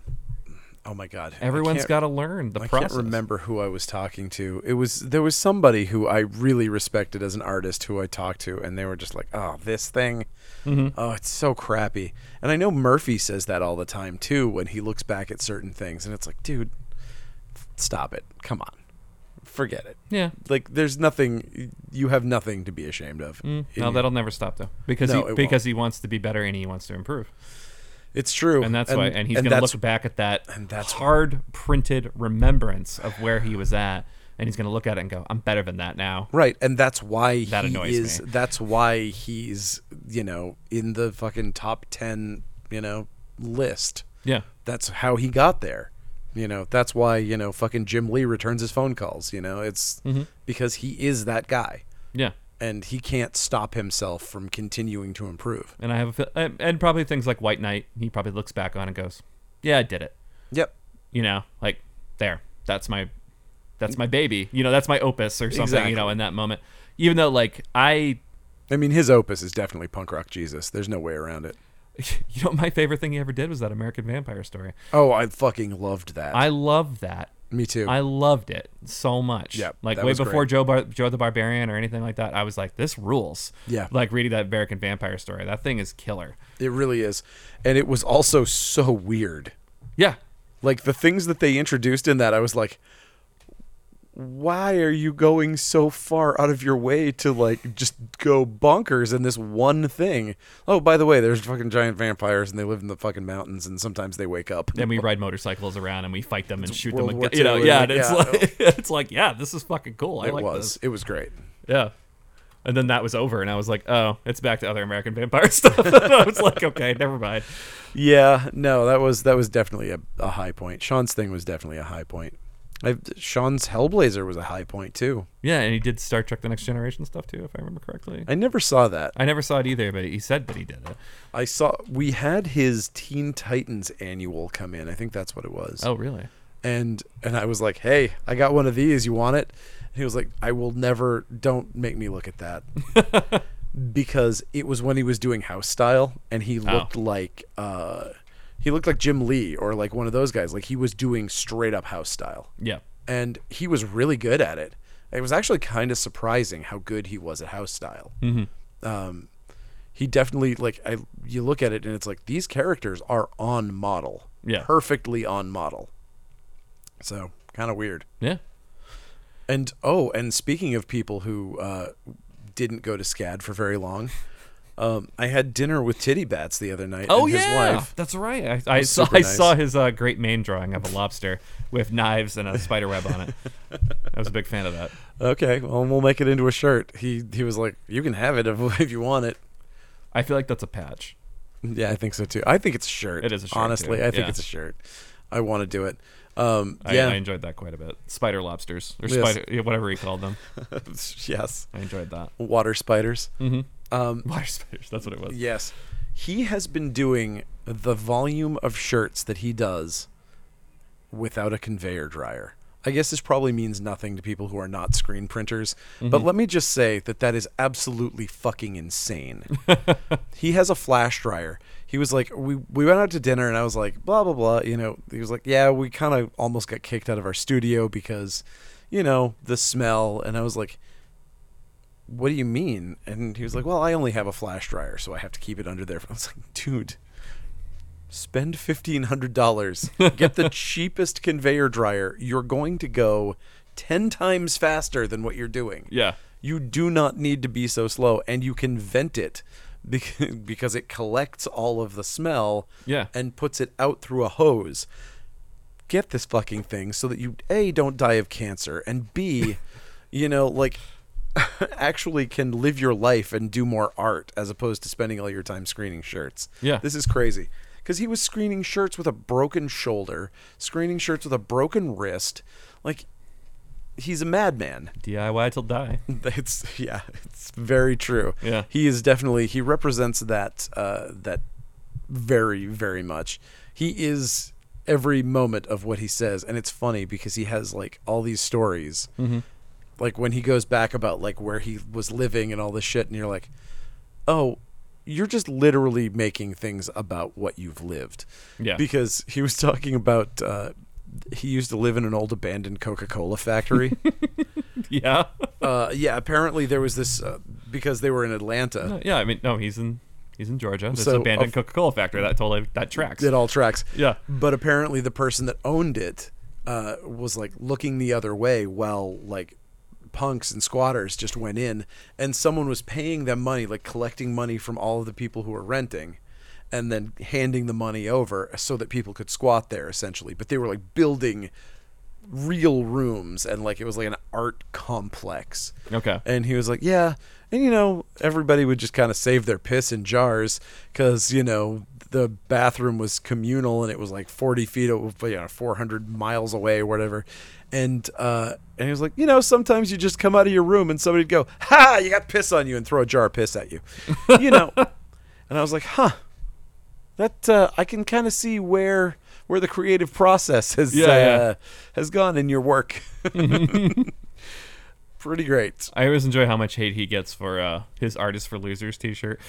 Oh my god.
uh, everyone's got
got
to learn the
I
process.
can't remember who I was talking to. It was there was somebody who I really respected as an artist who I talked to, and they were just like, "Oh, this thing,
Mm-hmm.
oh, it's so crappy." And I know Murphy says that all the time too when he looks back at certain things, and it's like, dude, stop it. Come on, forget it.
Yeah.
Like there's nothing. You have nothing to be ashamed of. in
No,
you.
that'll never stop though, because
No, it
he
won't.
because he wants to be better and he wants to improve,
it's true.
and that's why. And he's going to
that's-
look back at that
and that's why-
hard printed remembrance of where he was at, and he's going to look at it and go, "I'm better than that now."
Right, and that's why
That
he
annoys
is.
me.
That's why he's you know in the fucking top ten you know list.
Yeah.
That's how he got there. You know, that's why you know fucking Jim Lee returns his phone calls. You know, it's
Mm-hmm.
because he is that guy,
Yeah.
and he can't stop himself from continuing to improve.
And I have a feel- and- and probably things like White Knight. He probably looks back on and goes, "Yeah, I did it."
Yep,
you know, like there, that's my, that's my baby, you know, that's my opus or something, you know,
Exactly.
in that moment. Even though, like, I,
I mean his opus is definitely punk rock Jesus. There's no way around it.
you know, my favorite thing he ever did was that American Vampire Story.
Oh, I fucking loved that.
I love that.
Me too.
I loved it so much.
Yeah,
like
that
way
was
before
great.
Joe Bar- Joe the Barbarian or anything like that. I was like, this rules.
Yeah.
like reading that American Vampire Story. That thing is killer.
it really is, and it was also so weird.
Yeah,
like the things that they introduced in that i was like why are you going so far out of your way to like just go bonkers in this one thing oh by the way there's fucking giant vampires and they live in the fucking mountains and sometimes they wake up
then we ride motorcycles around and we fight them and shoot
World
them.
War
With, gu- you know,
II,
yeah.
and
And it's
yeah.
like it's like yeah, this is fucking cool. I
it
like
was
this.
it was great
Yeah. And then that was over, and I was like, oh, it's back to other American Vampire stuff. and I was like, okay, never mind.
yeah no that was that was definitely a, a high point sean's thing was definitely a high point I, sean's hellblazer was a high point too
Yeah, and he did Star Trek The Next Generation stuff too, if I remember correctly.
i never saw that
I never saw it either, but he said that he did it.
i saw we had his teen titans annual come in i think that's what it was
Oh, really?
and and I was like, "Hey, I got one of these. You want it?" And he was like, "I will never. Don't make me look at that." because it was when he was doing house style, and he looked like uh, he looked like Jim Lee or like one of those guys. Like he was doing straight up house style,
Yeah.
and he was really good at it. It was actually kind of surprising how good he was at house style. Um,
Mm-hmm.
he definitely like I you look at it and it's like these characters are on model,
Yeah.
perfectly on model. So kind of weird.
Yeah.
And oh, and speaking of people who uh, didn't go to SCAD for very long, um, I had dinner with Titty Bats the other night.
Oh,
and his
yeah.
wife.
That's right. I, I, saw,
super
I
nice.
saw his uh, great main drawing of a lobster with knives and a spider web on it. I was a big fan of that.
Okay, well we'll make it into a shirt. He he was like, you can have it if, if you want it.
I feel like that's a patch.
Yeah, I think so too. I think it's a shirt.
It is a shirt,
Honestly,
too.
I think
Yeah.
it's a shirt. I want to do it. Um,
I,
yeah.
I enjoyed that quite a bit. Spider lobsters, or
Yes.
spider, yeah, whatever he called them.
yes.
I enjoyed that.
Water spiders. Mm-hmm. Um,
Water spiders, that's what it was.
Yes. He has been doing the volume of shirts that he does without a conveyor dryer. I guess this probably means nothing to people who are not screen printers,
Mm-hmm.
but let me just say that that is absolutely fucking insane. he has a flash dryer. He was like, we, we went out to dinner and I was like, blah, blah, blah. You know, he was like, yeah, we kind of almost got kicked out of our studio because, you know, the smell. And I was like, what do you mean? And he was like, well, I only have a flash dryer, so I have to keep it under there. I was like, dude, spend $1,500. Get the cheapest conveyor dryer. You're going to go 10 times faster than what you're doing.
Yeah.
You do not need to be so slow, and you can vent it bec- because it collects all of the smell
Yeah.
and puts it out through a hose. Get this fucking thing so that you A, don't die of cancer, and B, you know, like actually can live your life and do more art as opposed to spending all your time screening shirts.
Yeah.
This is crazy. Because he was screening shirts with a broken shoulder, screening shirts with a broken wrist. Like, he's a madman.
DIY till die.
It's yeah, it's very true.
Yeah.
he is definitely he represents that uh, that very very much. He is every moment of what he says, and it's funny because he has like all these stories,
Mm-hmm.
like when he goes back about like where he was living and all this shit, and you're like, oh, you're just literally making things about what you've lived.
Yeah.
because he was talking about. Uh, he used to live in an old abandoned Coca-Cola factory.
Yeah.
Uh, yeah, apparently there was this uh, because they were in Atlanta.
yeah, I mean, no, he's in he's in Georgia. This
So, uh,
abandoned
of-
Coca Cola factory. That totally that tracks.
It all tracks.
Yeah.
But apparently the person that owned it uh, was like looking the other way while like punks and squatters just went in and someone was paying them money like collecting money from all of the people who were renting and then handing the money over so that people could squat there essentially but they were like building real rooms and like it was like an art complex
Okay.
and he was like, "Yeah," and you know, everybody would just kind of save their piss in jars because you know the bathroom was communal and it was like forty feet, o- you know, four hundred miles away or whatever. And uh, and he was like, you know, sometimes you just come out of your room and somebody'd go, "Ha, you got piss on you," and throw a jar of piss at you, you know. and I was like, huh. That uh, I can kind of see where where the creative process has
Yeah,
uh,
yeah.
has gone in your work. Pretty great.
I always enjoy how much hate he gets for uh, his "Artist for Losers" T-shirt.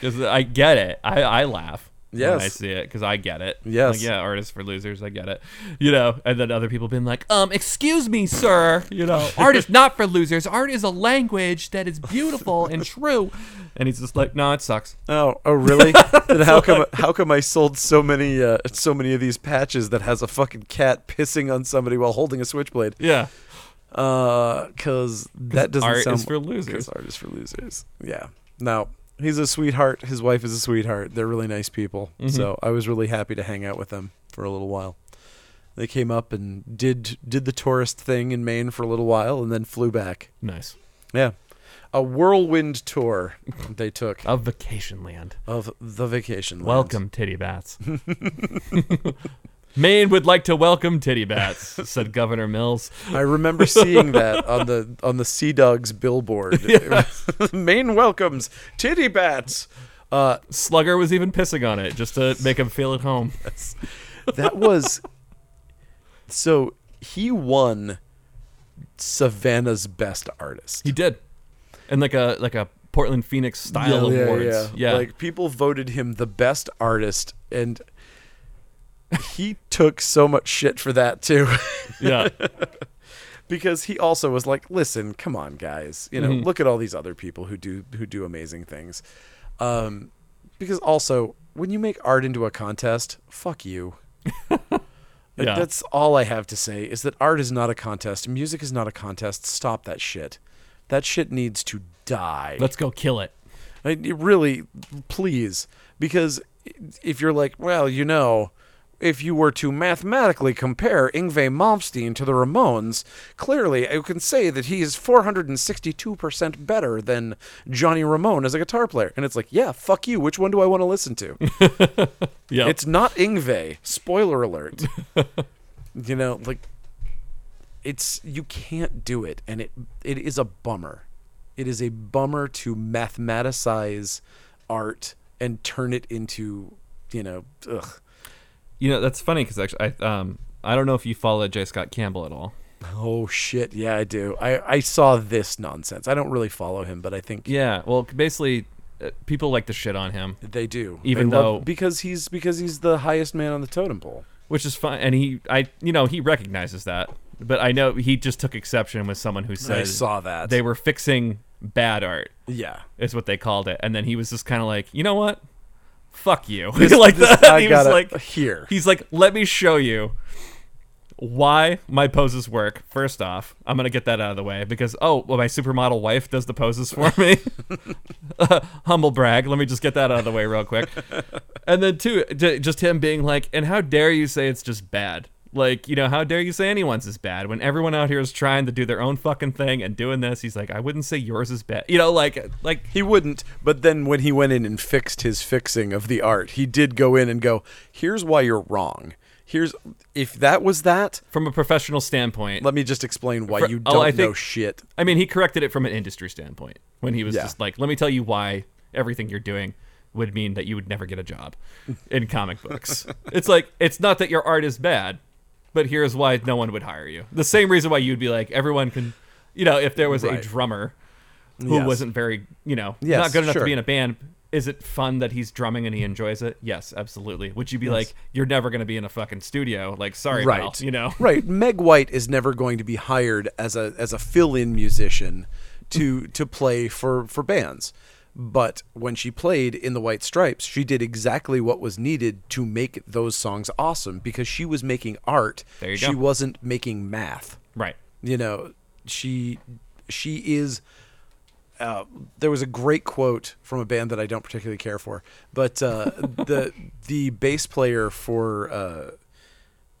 Because I get it, I, I laugh when I
Yes.
see it because I get it.
Yes.
Like, yeah, "Artist for Losers," I get it. You know, and then other people being like, "Um, excuse me, sir. You know, art is not for losers. Art is a language that is beautiful and true." And he's just like, "No, it sucks."
Oh, oh, really? then how come how come I sold so many uh, so many of these patches that has a fucking cat pissing on somebody while holding a switchblade?
Yeah.
Uh, cause that doesn't
art
sound
is for losers.
'cause Art is for losers. Yeah. Now he's a sweetheart. His wife is a sweetheart. They're really nice people.
Mm-hmm.
So I was really happy to hang out with them for a little while. They came up and did did the tourist thing in Maine for a little while, and then flew back.
Nice.
Yeah, a whirlwind tour they took
Of vacation land.
of the vacation. lands.
Welcome, titty bats. Maine would like to welcome titty bats, said Governor Mills.
I remember seeing that on the on the Sea Dogs billboard. Maine welcomes titty bats. Uh,
Slugger was even pissing on it just to make him feel at home.
that was so he won Savannah's best artist.
He did, and like a like a Portland Phoenix style awards. Yeah,
Like people voted him the best artist, and he took so much shit for that too.
yeah.
because he also was like, "Listen, come on, guys. You know, look at all these other people who do who do amazing things." Um, because also, when you make art into a contest, fuck you. Like,
Yeah.
That's all I have to say is that art is not a contest. Music is not a contest. Stop that shit. That shit needs to die.
Let's go kill it.
I, it really, please, because if you're like, well, you know, if you were to mathematically compare Ingve Malmsteen to the Ramones, clearly I can say that he is 462% better than Johnny Ramone as a guitar player. And it's like, yeah, fuck you. Which one do I want to listen to?
Yeah,
it's not Ingve. Spoiler alert. you know, like it's you can't do it and it it is a bummer. It is a bummer to mathematicize art and turn it into, you know, ugh.
you know that's funny because actually I um I don't know if you follow J Scott Campbell at all.
Oh shit, yeah, I do. I I saw this nonsense. I don't really follow him, but I think
Yeah, well basically uh, people like to shit on him,
they do.
Even
They love-
though-
because he's because he's the highest man on the totem pole.
which is fine. And he I you know he recognizes that, but I know he just took exception with someone who said
I saw that.
they were fixing bad art
yeah.
is what they called it and then he was just kind of like you know what fuck you like
this
that
guy
he was
got it
like
here.
he's like let me show you why my poses work first off i'm gonna get that out of the way because oh well my supermodel wife does the poses for me humble brag let me just get that out of the way real quick and then two j- just him being like and how dare you say it's just bad like you know how dare you say anyone's is bad when everyone out here is trying to do their own fucking thing and doing this he's like i wouldn't say yours is bad you know like like
He wouldn't, but then when he went in and fixed his fixing of the art, he did go in and go, "Here's why you're wrong. Here's if that was that,
from a professional standpoint
let me just explain why
For-
you
oh,
don't
I
know
think-
shit."
I mean, he corrected it from an industry standpoint when he was
Yeah.
just like, "Let me tell you why everything you're doing would mean that you would never get a job in comic books." it's like it's not that your art is bad, but here's why no one would hire you. The same reason why you'd be like, everyone can, you know, if there was a
Right.
drummer who
Yes.
wasn't very, you know,
Yes,
not good enough
sure.
to be in a band. Is it fun that he's drumming and he enjoys it? Yes, absolutely. Would you be like, you're never going to be in a fucking studio? Like, sorry, pal,
Right.
you know,
right. Meg White is never going to be hired as a as a fill-in musician to to play for for bands. But when she played in the White Stripes, she did exactly what was needed to make those songs awesome because she was making art.
There you
she
go.
wasn't making math.
Right.
You know, she she is uh, there was a great quote from a band that I don't particularly care for, but uh, the the bass player for uh,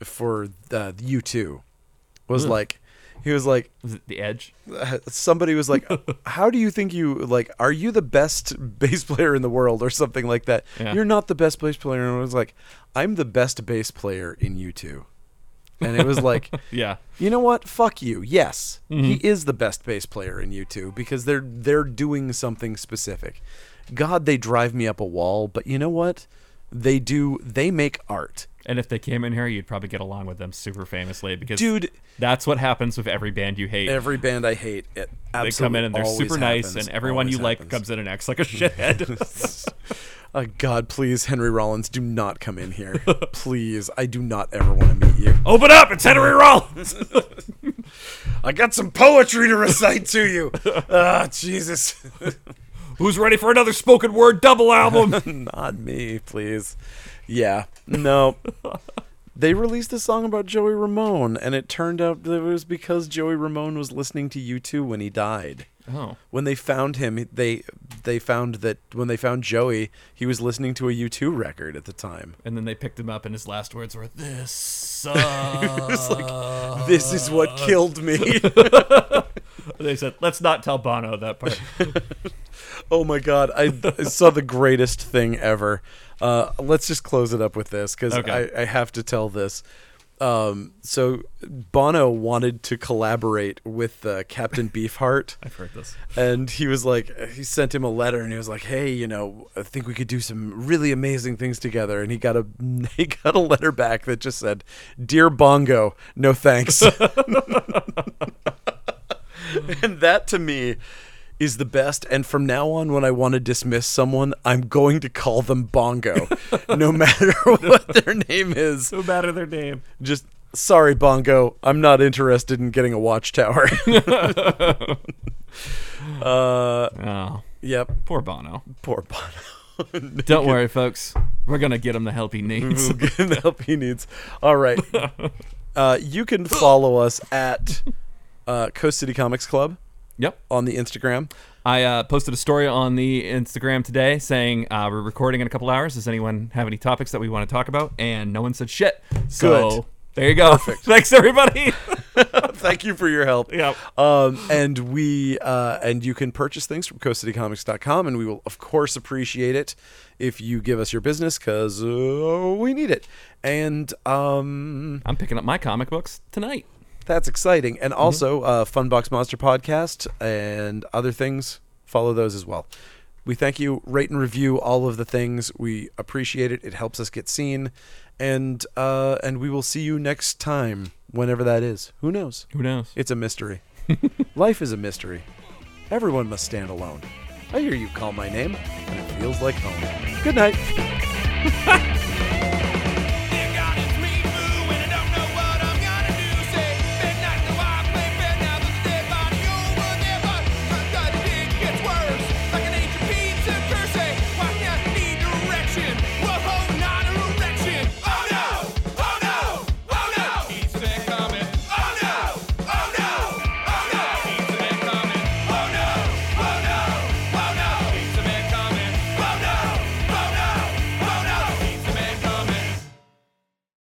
for uh, U2 was like he was like
Was it the Edge?
somebody was like, "How do you think you like? Are you the best bass player in the world, or something like that?
Yeah.
You're not the best bass player." And I was like, "I'm the best bass player in U2," and it was like,
Yeah.
"You know what? Fuck you. Yes, he
Mm-hmm.
is the best bass player in U2 because they're they're doing something specific. God, they drive me up a wall, but you know what? They do. They make art."
And if they came in here, you'd probably get along with them super famously because
Dude,
that's what happens with every band you hate.
every band I hate, it
they
absolutely
come in and they're
always
super nice,
happens,
and everyone you
always
like
happens.
comes in and acts like a shithead.
Uh, God, please, Henry Rollins, do not come in here. please, I do not ever want to meet you.
Open up! It's Henry
Mm-hmm.
Rollins.
I got some poetry to recite to you. Ah, Jesus.
Who's ready for another spoken word double album?
not me, please. Yeah, no. They released a song about Joey Ramone, and it turned out that it was because Joey Ramone was listening to U2 when he died.
oh,
When they found him, they they found that when they found Joey, he was listening to a U2 record at the time.
and then they picked him up, and his last words were, "This sucks."
This is what killed me.
they said, "Let's not tell Bono that part."
Oh my god, I I saw the greatest thing ever. Uh, let's just close it up with this because
Okay.
I, I have to tell this. Um, so Bono wanted to collaborate with uh, Captain Beefheart,
I've heard this.
and he was like, he sent him a letter, and he was like, "Hey, you know, I think we could do some really amazing things together." And he got a he got a letter back that just said, "Dear Bongo, no thanks." and that to me is the best. And from now on, when I want to dismiss someone, I'm going to call them Bongo, no matter what their name is.
No matter their name.
Just sorry, Bongo. I'm not interested in getting a watchtower. uh,
Oh,
yep.
poor Bono.
Poor Bono.
Don't worry, folks. We're gonna get him the help he needs.
We'll get him the help he needs. All right. Uh, you can follow us at uh, Coast City Comics Club
yep.
on the Instagram.
I uh, posted a story on the Instagram today saying uh, we're recording in a couple hours. Does anyone have any topics that we want to talk about? And no one said shit. So
Good.
there you go. Thanks everybody.
Thank you for your help.
Yep.
Um, and we uh, and you can purchase things from coastcitycomics.com and we will of course appreciate it if you give us your business cuz uh, we need it. And um,
I'm picking up my comic books tonight.
that's exciting. And also uh, Funbox Monster podcast and other things follow those as well. We thank you. Rate and review all of the things. We appreciate it. It helps us get seen. And uh, and we will see you next time whenever that is. Who knows?
Who knows?
It's a mystery. Life is a mystery. Everyone must stand alone. I hear you call my name, and it feels like home. Good night.